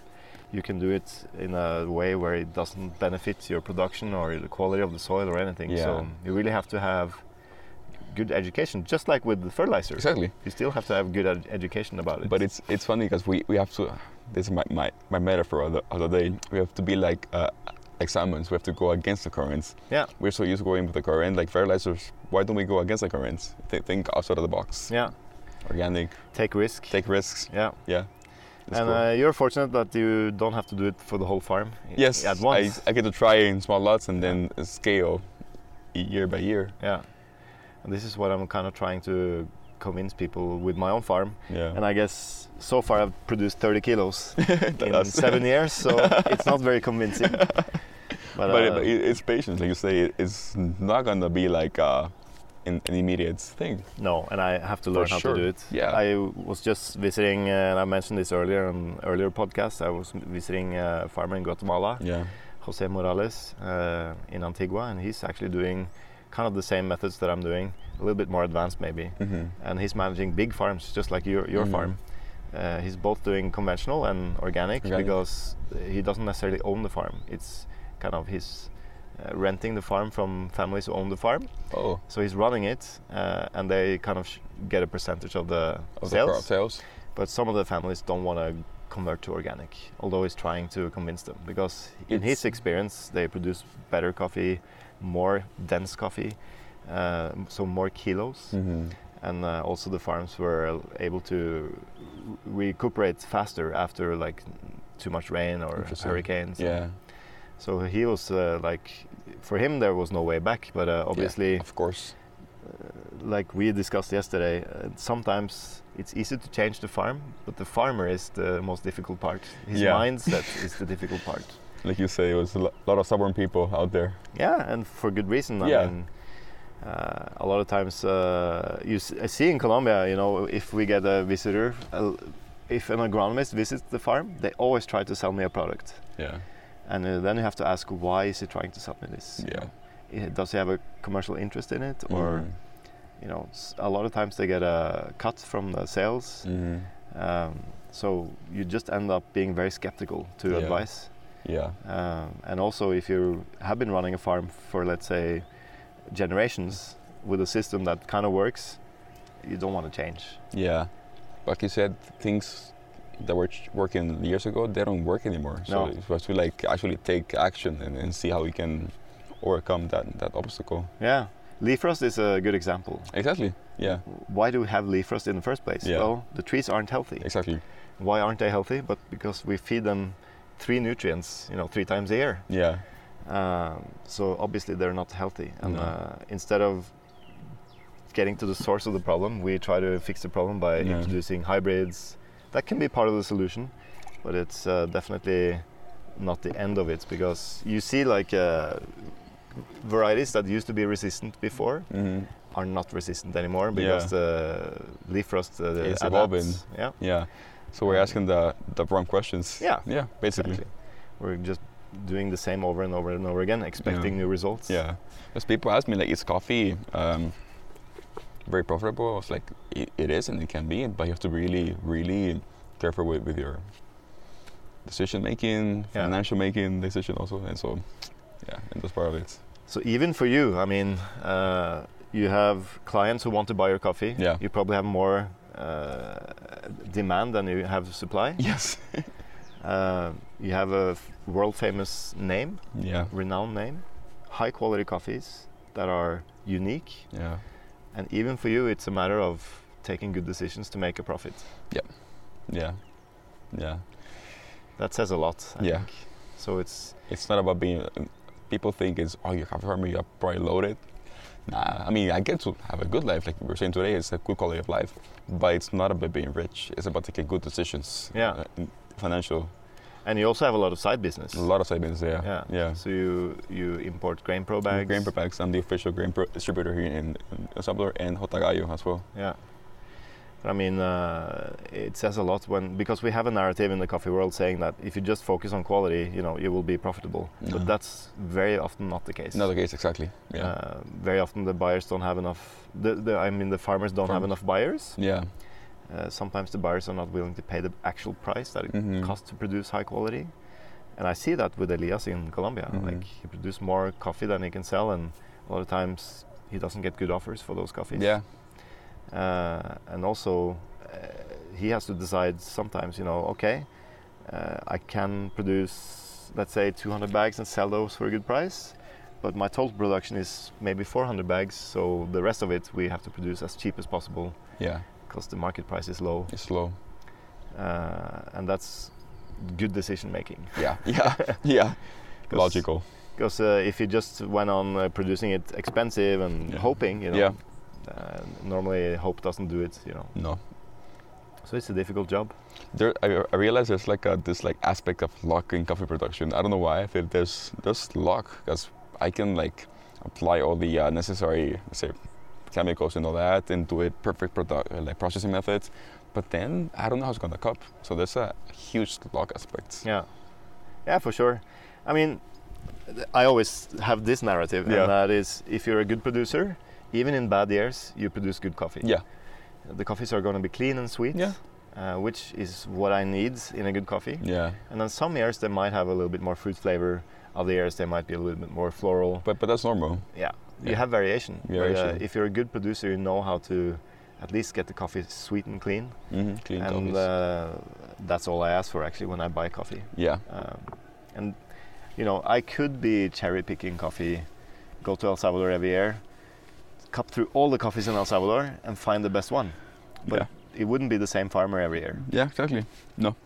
You can do it in a way where it doesn't benefit your production or the quality of the soil or anything. Yeah. So you really have to have good education, just like with the fertilizer. exactly. You still have to have good ed- education about it. But it's it's funny because we, we have to. This is my, my, my metaphor of the, of the day. We have to be like uh, like salmons. We have to go against the currents. yeah, We're so used to going with the current, like fertilizers. Why don't we go against the currents? Th- think outside of the box. yeah, Organic. take risk. Take risks. yeah. Yeah. It's and cool. uh, you're fortunate that you don't have to do it for the whole farm. i- Yes, At once. I, I get to try in small lots and then scale year by year. yeah. And this is what I'm kind of trying to convince people with my own farm. Yeah, And I guess so far I've produced 30 kilos in That's- seven years, so it's not very convincing. But, but uh, it, it, it's patience, like you say. It, it's not gonna be like uh, an, an immediate thing. no, and I have to learn how sure. to do it. Yeah. I was just visiting, uh, and I mentioned this earlier on earlier podcast. I was visiting a farmer in Guatemala, Yeah, Jose Morales, uh, in Antigua, and he's actually doing kind of the same methods that I'm doing, a little bit more advanced maybe. mm-hmm. And he's managing big farms, just like your your Mhm. farm. Uh, he's both doing conventional and organic, Organic. because he doesn't necessarily own the farm. It's kind of his uh, renting the farm from families who own the farm. oh, So he's running it, uh, and they kind of sh- get a percentage of the of the crop sales. sales. but some of the families don't want to convert to organic, although he's trying to convince them because in It's- his experience they produce better coffee, more dense coffee, uh, so more kilos Mm-hmm. and uh, also the farms were able to re- recuperate faster after like too much rain or Interesting. hurricanes. Yeah, So he was uh, like, for him there was no way back. But uh, obviously, of course. like we discussed yesterday, uh, sometimes it's easy to change the farm, but the farmer is the most difficult part. His Yeah. mindset is the difficult part. Like you say, it was a lo- lot of stubborn people out there. Yeah, and for good reason. I Yeah. mean, uh, a lot of times uh, you s- I see in Colombia, you know, if we get a visitor, uh, if an agronomist visits the farm, they always try to sell me a product. Yeah, And uh, then you have to ask, why is he trying to sell me this? yeah, Eh, Does he have a commercial interest in it? Or, Mhm. Mm. Mm-hmm. you know, s- a lot of times they get a cut from the sales. Mhm. Um, So you just end up being very skeptical to Yeah. advice. Yeah. Um, and also, if you have been running a farm for, let's say, generations with a system that kind of works, you don't want to change. Yeah. Like you said, things that were ch- working years ago, they don't work anymore. So No. it's supposed to like actually take action and, and see how we can overcome that, that obstacle. Yeah. Leaf frost is a good example. Exactly. Yeah. Why do we have leaf frost in the first place? Yeah. Well, the trees aren't healthy. Exactly. Why aren't they healthy? But because we feed them three nutrients, you know, three times a year. Yeah. Um, so obviously they're not healthy. And No. uh, instead of getting to the source of the problem, we try to fix the problem by Yeah. introducing hybrids. That can be part of the solution, but it's uh, definitely not the end of it because you see like uh, varieties that used to be resistant before hmm are not resistant anymore Yeah. because the leaf frost uh, It's adapts. evolving. Yeah, Yeah. So we're asking the, the wrong questions. Um, Yeah. Yeah, basically. exactly. We're just doing the same over and over and over again, expecting new results. Yeah. Because people ask me, like, is coffee um, very profitable? I was like, it, it is and it can be, but you have to really, really careful with, with your decision making, Yeah. financial making decision also. And so, yeah, and that's part of it. So even for you, I mean, uh, you have clients who want to buy your coffee. Yeah. You probably have more uh, demand than you have supply. Yes. Uh, you have a world famous name, yeah. renowned name, high quality coffees that are unique, Yeah. and even for you, it's a matter of taking good decisions to make a profit. Yeah. Yeah. That says a lot. I Yeah. Think. So it's It's not about being, people think it's, oh, you're coffee farmer, you're probably loaded. Nah, I mean, I get to have a good life, like we were saying today, it's a good quality of life, but it's not about being rich. It's about taking good decisions. Yeah. uh, in financial, and you also have a lot of side business. a lot of savings, yeah. Yeah. Yeah. So you you import grain pro Grain bags. pro bags. I'm the official grain pro distributor here in, in El Salvador and Hotagayo as well. Yeah. But I mean, uh, it says a lot when because we have a narrative in the coffee world saying that if you just focus on quality, you know, you will be profitable. Yeah. But that's very often not the case. Not the case, exactly. Yeah. Uh, very often the buyers don't have enough. The, the, I mean, the farmers don't have Farmers. enough buyers. yeah. Uh, sometimes the buyers are not willing to pay the actual price that it Mhm. costs to produce high quality. And I see that with Elias in Colombia. Mhm. Like he produces more coffee than he can sell, and a lot of times he doesn't get good offers for those coffees Yeah. uh, and also uh, he has to decide sometimes you know okay uh, i can produce let's say 200 bags and sell those for a good price but my total production is maybe 400 bags so the rest of it we have to produce as cheap as possible Yeah. because the market price is low It's slow. uh, and that's good decision making Yeah. Yeah. yeah. 'Cause- Logical. because uh, if you just went on uh, producing it expensive and Yeah. hoping you know Yeah. uh, normally hope doesn't do it you know No. so it's a difficult job There, I, I realize there's like a, this like aspect of luck in coffee production. I don't know why. I feel there's there's luck because I can like apply all the uh, necessary let's say chemicals and all that and do a perfect product like processing method, but then I don't know how it's gonna cup. So there's a huge luck aspect. Yeah, yeah, for sure. I mean, th- I always have this narrative, Yeah. and that is, if you're a good producer, even in bad years, you produce good coffee. Yeah. the coffees are going to be clean and sweet. Yeah. Uh, which is what I need in a good coffee. Yeah. And then some years they might have a little bit more fruit flavor. Other years they might be a little bit more floral. But but that's normal. Yeah, you Yeah. have variation. But, uh, Variation. if you're a good producer, you know how to at least get the coffee sweet and clean. Mm-hmm. Clean and coffees. uh, that's all I ask for actually when I buy coffee. yeah. Um, and you know, I could be cherry picking coffee, go to El Salvador every year, cup through all the coffees in El Salvador and find the best one. But it wouldn't be the same farmer every year, Yeah. Exactly.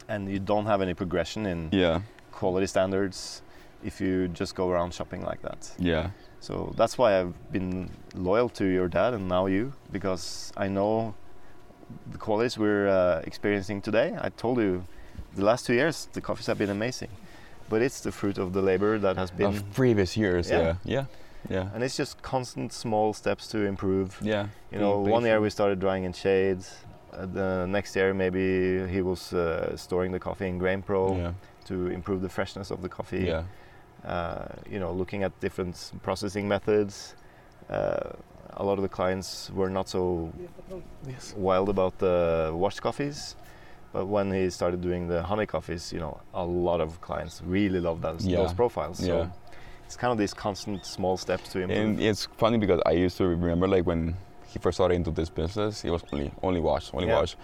and you don't have any progression in Yeah. quality standards if you just go around shopping like that. Yeah. So that's why I've been loyal to your dad and now you because I know the qualities we're uh, experiencing today. I told you the last two years the coffees have been amazing, but it's the fruit of the labor that has been, Of previous years. Yeah. Yeah. Yeah. Yeah. and it's just constant small steps to improve. Yeah. You know, Being one year patient. we started drying in shades. Uh, the next year maybe he was uh, storing the coffee in Grain Pro Yeah. to improve the freshness of the coffee Yeah. uh, you know, looking at different processing methods. Uh, a lot of the clients were not so wild about the washed coffees, But when he started doing the honey coffees, you know, a lot of clients really love those, Yeah. those profiles. So Yeah. it's kind of these constant small steps to improve. And it's funny because I used to remember like when he first started into this business, it was only only wash, only Yeah. wash,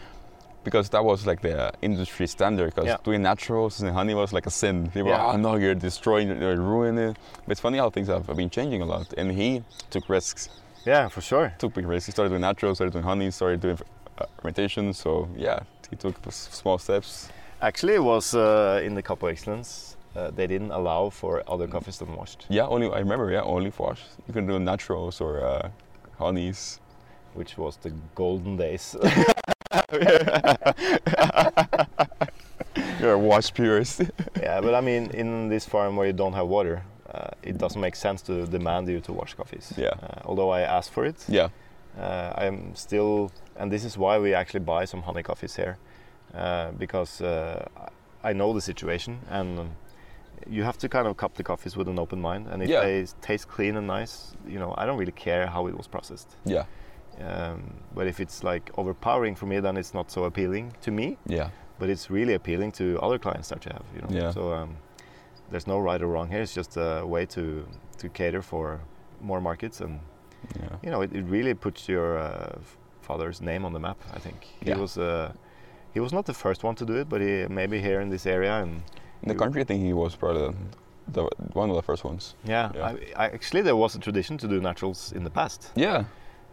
because that was like the industry standard. Because Yeah. doing naturals and honey was like a sin. People, Yeah. oh no, you're destroying, you're ruining it. But it's funny how things have been changing a lot. And he took risks, yeah, for sure. took big risks. He started doing naturals, started doing honey, started doing uh, fermentation. So yeah, he took s- small steps. Actually, it was uh, in the Cup of Excellence. Uh, they didn't allow for other Mm. coffees than washed, Yeah, only I remember. Yeah, only wash. You can do naturals or uh, honeys. which was the golden days. You're a wash purist. yeah, but I mean, in this farm where you don't have water, uh, it doesn't make sense to demand you to wash coffees. Yeah. Uh, although I asked for it, yeah. uh, I'm still, and this is why we actually buy some honey coffees here, uh, because uh, I know the situation, and um, you have to kind of cup the coffees with an open mind. And if Yeah. they taste clean and nice, you know, I don't really care how it was processed. Yeah. Um, but if it's like overpowering for me, then it's not so appealing to me. Yeah. But it's really appealing to other clients that you have. You know. Yeah. So um, there's no right or wrong here. It's just a way to to cater for more markets, and Yeah. you know, it, it really puts your uh, f- father's name on the map. I think he Yeah. was uh, he was not the first one to do it, but he maybe here in this area and. In the country, I think he was probably the, the one of the first ones. Yeah, I, Yeah. I, actually, there was a tradition to do naturals in the past. Yeah.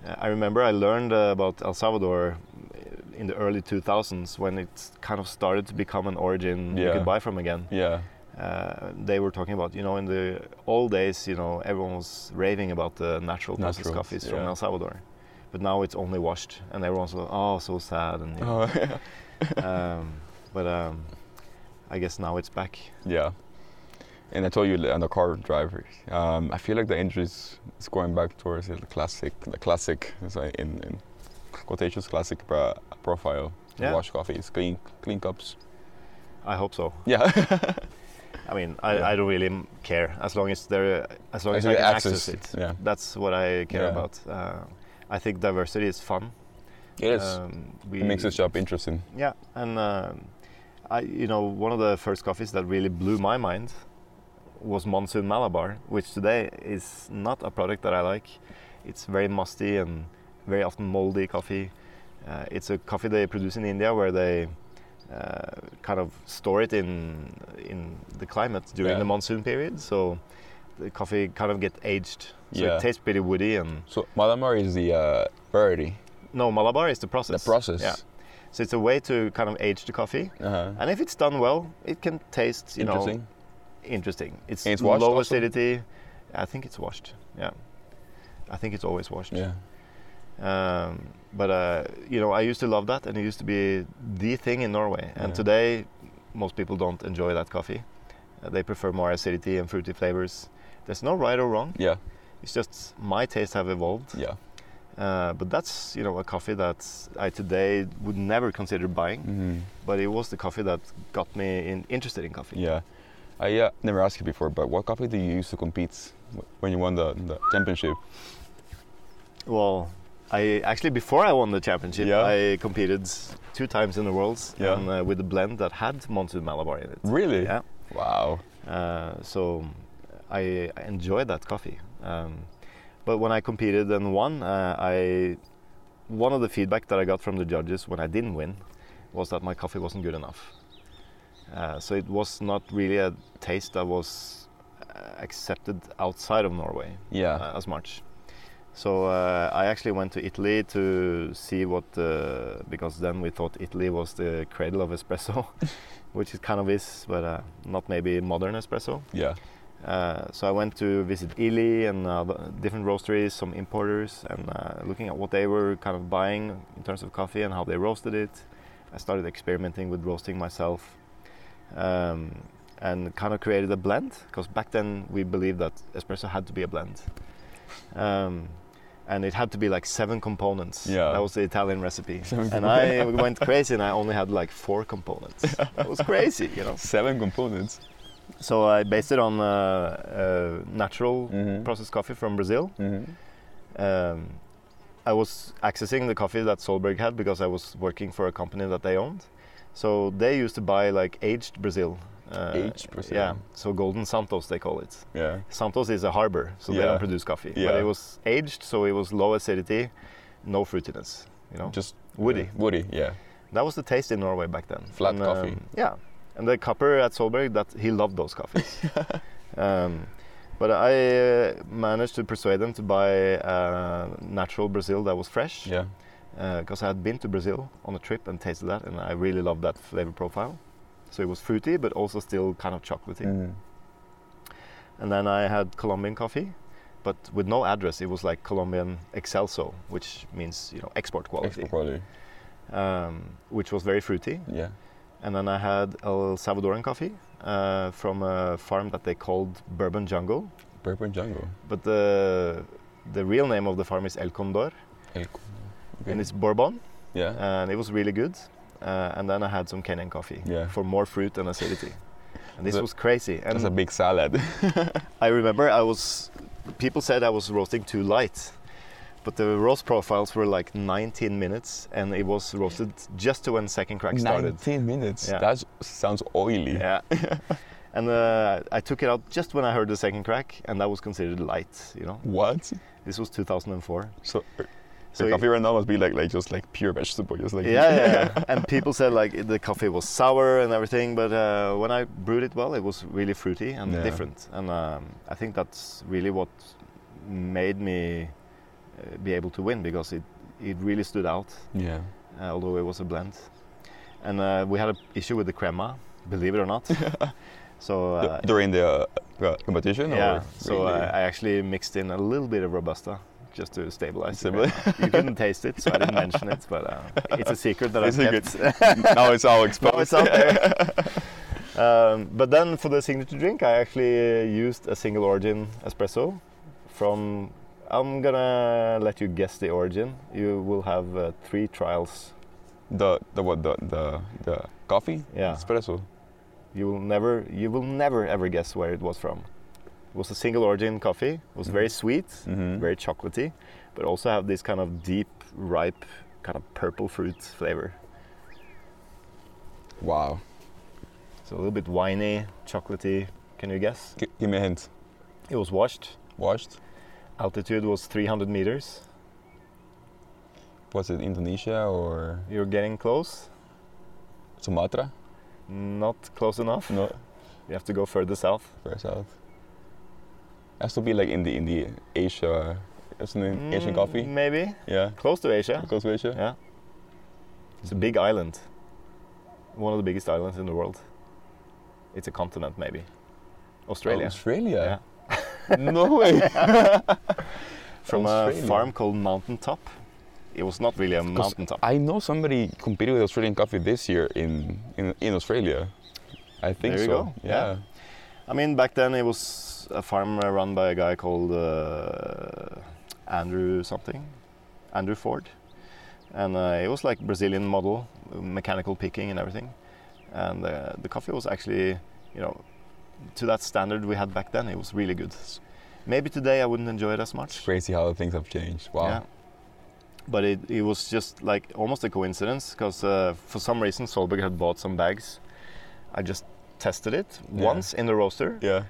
Uh, I remember I learned uh, about El Salvador uh, in the early 2000s when it kind of started to become an origin you Yeah. could buy from again. Yeah. Uh, they were talking about, you know, in the old days, you know, everyone was raving about the natural processed Naturals, coffees from yeah. El Salvador. But now it's only washed, and everyone's like, oh, so sad. And, you know, Oh, yeah. um, but um, I guess now it's back. yeah. And I told you on the car driver, um, I feel like the industry is is going back towards the classic, the classic, sorry, in, in quotations, classic pro- profile. Yeah. Wash coffees, clean, clean cups. I hope so. Yeah. I mean, I, Yeah. I don't really m- care as long as there, as long as, I you can access, it. Yeah. That's what I care Yeah. about. Uh, I think diversity is fun. It is. Um, we, it makes this job interesting. Yeah, and um I, you know, one of the first coffees that really blew my mind was Monsoon Malabar, which today is not a product that I like. It's very musty and very often moldy coffee. Uh, it's a coffee they produce in India where they uh, kind of store it in in the climate during Yeah. the monsoon period, so the coffee kind of get aged. So Yeah. it tastes pretty woody and So Malamar is the uh, variety, no, Malabar is the the process. process. Yeah. So it's a way to kind of age the coffee. Uh-huh. And if it's done well, it can taste, you Interesting. know, interesting. It's, And it's low washed also? acidity. I think it's washed. Yeah, I think it's always washed. Yeah. Um, but uh, you know, I used to love that, and it used to be the thing in Norway. And Yeah. today, most people don't enjoy that coffee. Uh, they prefer more acidity and fruity flavors. There's no right or wrong. Yeah. It's just my tastes have evolved. Yeah. Uh, but that's you know a coffee that I today would never consider buying. hmm But it was the coffee that got me in, interested in coffee. Yeah, I uh, never asked you before, but what coffee do you use to compete wh- when you won the, the championship? Well, I actually before I won the championship, Yeah. I competed two times in the worlds Yeah. and, uh, with a blend that had Monsoon Malabar in it. Really? Yeah. Wow. Uh, so I I enjoyed that coffee. Um, but when I competed and won, uh, I one of the feedback that I got from the judges when I didn't win was that my coffee wasn't good enough. Uh, so it was not really a taste that was uh, accepted outside of Norway Yeah. uh, as much. So uh, I actually went to Italy to see what, uh, because then we thought Italy was the cradle of espresso, which it kind of is, but uh, not maybe modern espresso. yeah. Uh, so I went to visit Ely and uh, the- different roasteries, some importers, and uh, looking at what they were kind of buying in terms of coffee and how they roasted it. I started experimenting with roasting myself, um, and kind of created a blend because back then we believed that espresso had to be a blend, um, and it had to be like seven components. Yeah. that was the Italian recipe, Seven and I went crazy and I only had like four components. that was crazy, you know. Seven components. So I based it on uh, uh, natural Mhm. processed coffee from Brazil. Mm-hmm. Um, I was accessing the coffee that Solberg had because I was working for a company that they owned. So they used to buy like aged Brazil. Uh, Aged Brazil. Yeah. So golden Santos they call it. Yeah. Santos is a harbor, so they Yeah. don't produce coffee. But Yeah. it was aged, so it was low acidity, no fruitiness. You know, Just woody. yeah, woody. Yeah. That was the taste in Norway back then. Flat And, coffee. um, yeah, and the copper at Solberg, that he loved those coffees. um, but I uh, managed to persuade them to buy uh, natural Brazil that was fresh Yeah. because I had been to Brazil on a trip and tasted that, and I really loved that flavor profile. So it was fruity, but also still kind of chocolatey. Mm. And then I had Colombian coffee, but with no address. It was like Colombian Excelso, which means you know export quality, Export quality. Um, which was very fruity. Yeah. And then I had El Salvadoran coffee uh, from a farm that they called Bourbon Jungle, Bourbon jungle. but the the real name of the farm is El Condor, El- okay. and it's Bourbon, yeah. and it was really good. Uh, and then I had some Kenyan coffee Yeah. for more fruit and acidity. And this That's a- was crazy. That's And a big salad. I remember I was people said I was roasting too light, but the roast profiles were like 19 minutes, and it was roasted just to when second crack started. 19 minutes. Yeah. That sounds oily. Yeah. and uh, I took it out just when I heard the second crack, and that was considered light. You know, What? this was 2004. So, uh, So the it- coffee right now must be like like just like pure vegetable, just like yeah, yeah, yeah. and people said like the coffee was sour and everything, but uh, when I brewed it well, it was really fruity and Yeah. different. And um, I think that's really what made me uh, be able to win because it it really stood out, yeah. uh, although it was a blend. And uh, we had an issue with the crema, believe it or not. so D- uh, During the uh, uh, competition, Yeah, or so uh, really? I, I actually mixed in a little bit of Robusta just to stabilize it. Stabilize. you couldn't taste it, so I didn't mention it, but uh, it's a secret that It's I've a kept. now it's all exposed. No, it's out there. um, but then for the signature drink, I actually uh, used a single origin espresso from. I'm gonna let you guess the origin. You will have uh, three trials. The the what the the, the coffee Yeah, espresso. you will never, you will never ever guess where it was from. It was a single origin coffee. It was very sweet. Mm-hmm. very chocolatey, but also have this kind of deep, ripe, kind of purple fruit flavor. Wow. So a little bit winey, chocolatey. Can you guess? G- give me a hint. It was washed. Washed. Altitude was 300 meters. Was it Indonesia or You're getting close. Sumatra? Not close enough. No, You have to go further south. further south. Has to be like in the in the Asia, isn't it Asian Mm, coffee? Maybe. Yeah. Close to Asia. Goes to Asia. Yeah. It's a big island. One of the biggest islands in the world. It's a continent, maybe. Australia. Oh, Australia. no way. From Australia. a farm called Mountain Top. It was not really a mountain top. I know somebody competed with Australian coffee this year in in, in Australia. I think There you so. go. Yeah. I mean, back then it was a farm uh, run by a guy called uh, Andrew something, Andrew Ford, and uh, it was like Brazilian model, mechanical picking and everything, and uh, the coffee was actually, you know, to that standard we had back then, it was really good. Maybe today I wouldn't enjoy it as It's much. crazy how things have changed. Wow. Yeah. But it, it was just like almost a coincidence because uh, for some reason Solberg had bought some bags. I just tested it Yeah. once in the roaster Yeah.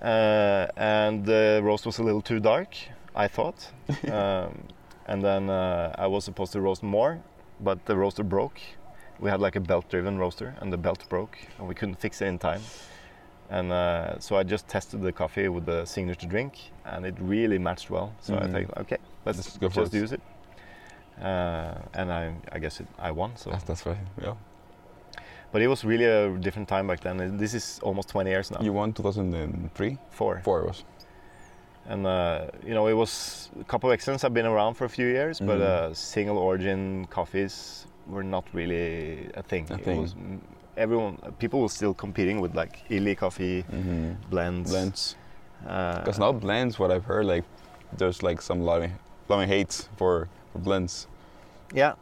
uh, and the roast was a little too dark, I thought. um, and then uh, I was supposed to roast more, but the roaster broke. We had like a belt-driven roaster, and the belt broke, and we couldn't fix it in time. And uh, so I just tested the coffee with the signature drink, and it really matched well. So I Mhm. think, okay, let's Let's go for just it. use it. Uh, and I, I guess it, I won. So, That's, that's right. Yeah. but it was really a different time back then. and This is almost 20 years now. You won 2003? Four. Four was. And uh, you know, it was a couple of excellence have been around for a few years, but Mhm. uh, single origin coffees were not really a thing. A It thing. was- mm, everyone, people were still competing with like illy coffee Mm-hmm. blends. Blends. Uh, Because now blends, what I've heard, like there's like some lot of, lot of hate for, for blends. Yeah,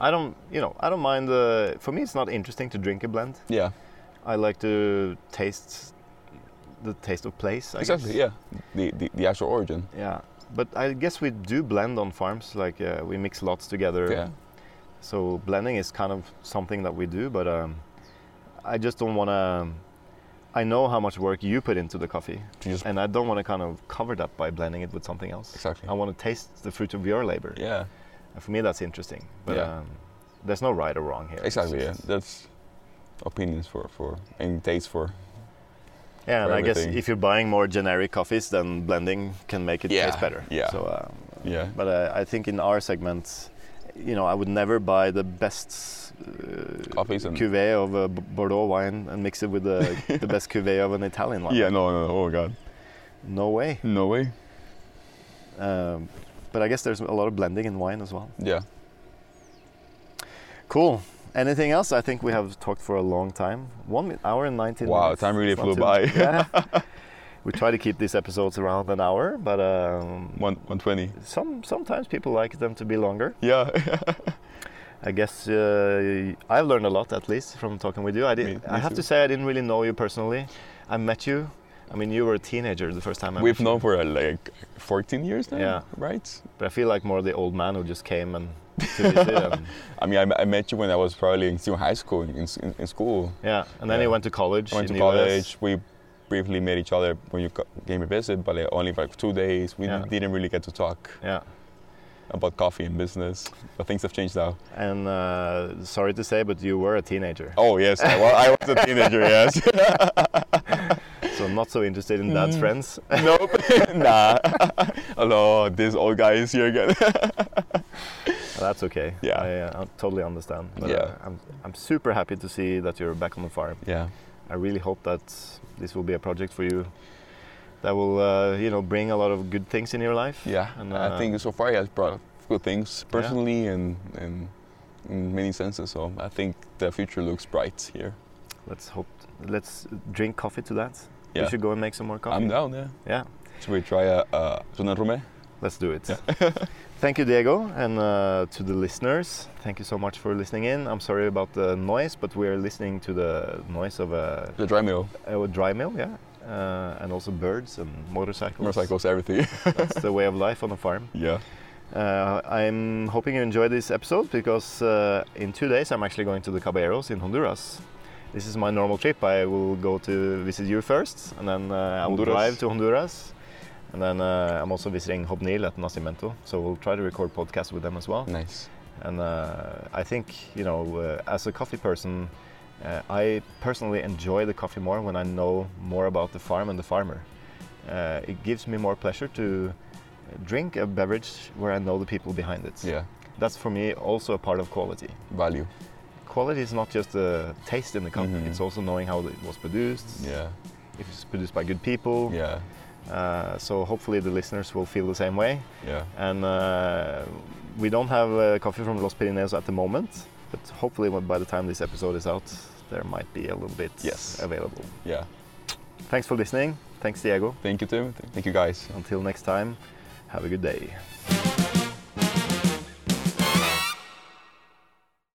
I don't. You know, I don't mind the. For me, it's not interesting to drink a blend. Yeah. I like to taste the taste of place. I exactly. Guess. Yeah. The, the the actual origin. Yeah. But I guess we do blend on farms. Like uh, we mix lots together. Yeah. So blending is kind of something that we do, but um, I just don't want to. I know how much work you put into the coffee, You just- and I don't want to kind of cover that by blending it with something else. Exactly. I want to taste the fruit of your labor. yeah, And for me, that's interesting. But Yeah. um, there's no right or wrong here. exactly. Yeah, It's- that's opinions for for and taste for. Yeah, and for I guess everything. if you're buying more generic coffees, then blending can make it Yeah, taste better. yeah. So, um, Yeah, but uh, I think in our segment, you know, I would never buy the best uh, coffees and cuvee of a B- Bordeaux wine and mix it with the, the best cuvee of an Italian wine. yeah, no, no, no, oh god, No way. no way. Um, but I guess there's a lot of blending in wine as well. Yeah, Cool. Anything else? I think we have talked for a long time. One mi- hour and 19 Wow, minutes. time really It's not flew too- by. Yeah. we try to keep these episodes around an hour, but um, one one twenty. some sometimes people like them to be longer. Yeah, I guess uh, I've learned a lot, at least from talking with you. I did. Me- me I have to too. say, I didn't really know you personally. I met you. I mean, you were a teenager the first time I we've met you. known for uh, like fourteen years now. Yeah. right. But I feel like more the old man who just came and to visit. and, I mean, I, I met you when I was probably in still high school in, in, in school. yeah, and then he Yeah. went to college. I went in to the US. college. We briefly met each other when you co- came to visit, but like only for like two days. We Yeah. didn't really get to talk Yeah, about coffee and business. But things have changed now. and uh, sorry to say, but you were a teenager, Oh yes, well I was a teenager. Yes. so not so interested in dad's friends. nope. nah. Hello, this old guy is here again. That's okay. Yeah. I, uh, I totally understand. But, Yeah. uh, I'm I'm super happy to see that you're back on the farm. yeah. I really hope that this will be a project for you that will, uh, you know, bring a lot of good things in your life. Yeah. And, uh, I think so far he has brought good things personally and and in many senses. So I think the future looks bright here. Let's hope. Let's drink coffee to that. Yeah. We should go and make some more coffee. I'm down. Yeah. Yeah. Should we try a uh, Rume? Let's do it. thank you, Diego, and uh, to the listeners. Thank you so much for listening in. I'm sorry about the noise, but we are listening to the noise of a, The dry mill, a dry mill, yeah, uh, and also birds and motorcycles. motorcycles, everything. That's the way of life on a farm. yeah. Uh, I'm hoping you enjoy this episode because uh, in two days I'm actually going to the Caballeros in Honduras. This is my normal trip. I will go to visit you first, and then uh, I will Honduras. drive to Honduras. And then uh, I'm also visiting Hobnil at Nacimiento, so we'll try to record podcasts with them as well. Nice. And uh, I think, you know, uh, as a coffee person, uh, I personally enjoy the coffee more when I know more about the farm and the farmer. Uh, it gives me more pleasure to drink a beverage where I know the people behind it. Yeah. That's for me also a part of quality. Value. Quality is not just the taste in the cup, Mhm. it's also knowing how it was produced, Yeah. if it's produced by good people. Yeah. Uh, so hopefully the listeners will feel the same way Yeah. and uh, we don't have uh, coffee from Los Pirineos at the moment, but hopefully when- by the time this episode is out, there might be a little bit Yes. available. Yeah. Thanks for listening. Thanks, Diego. Thank you, Tim. Thank you, guys. Until next time, have a good day.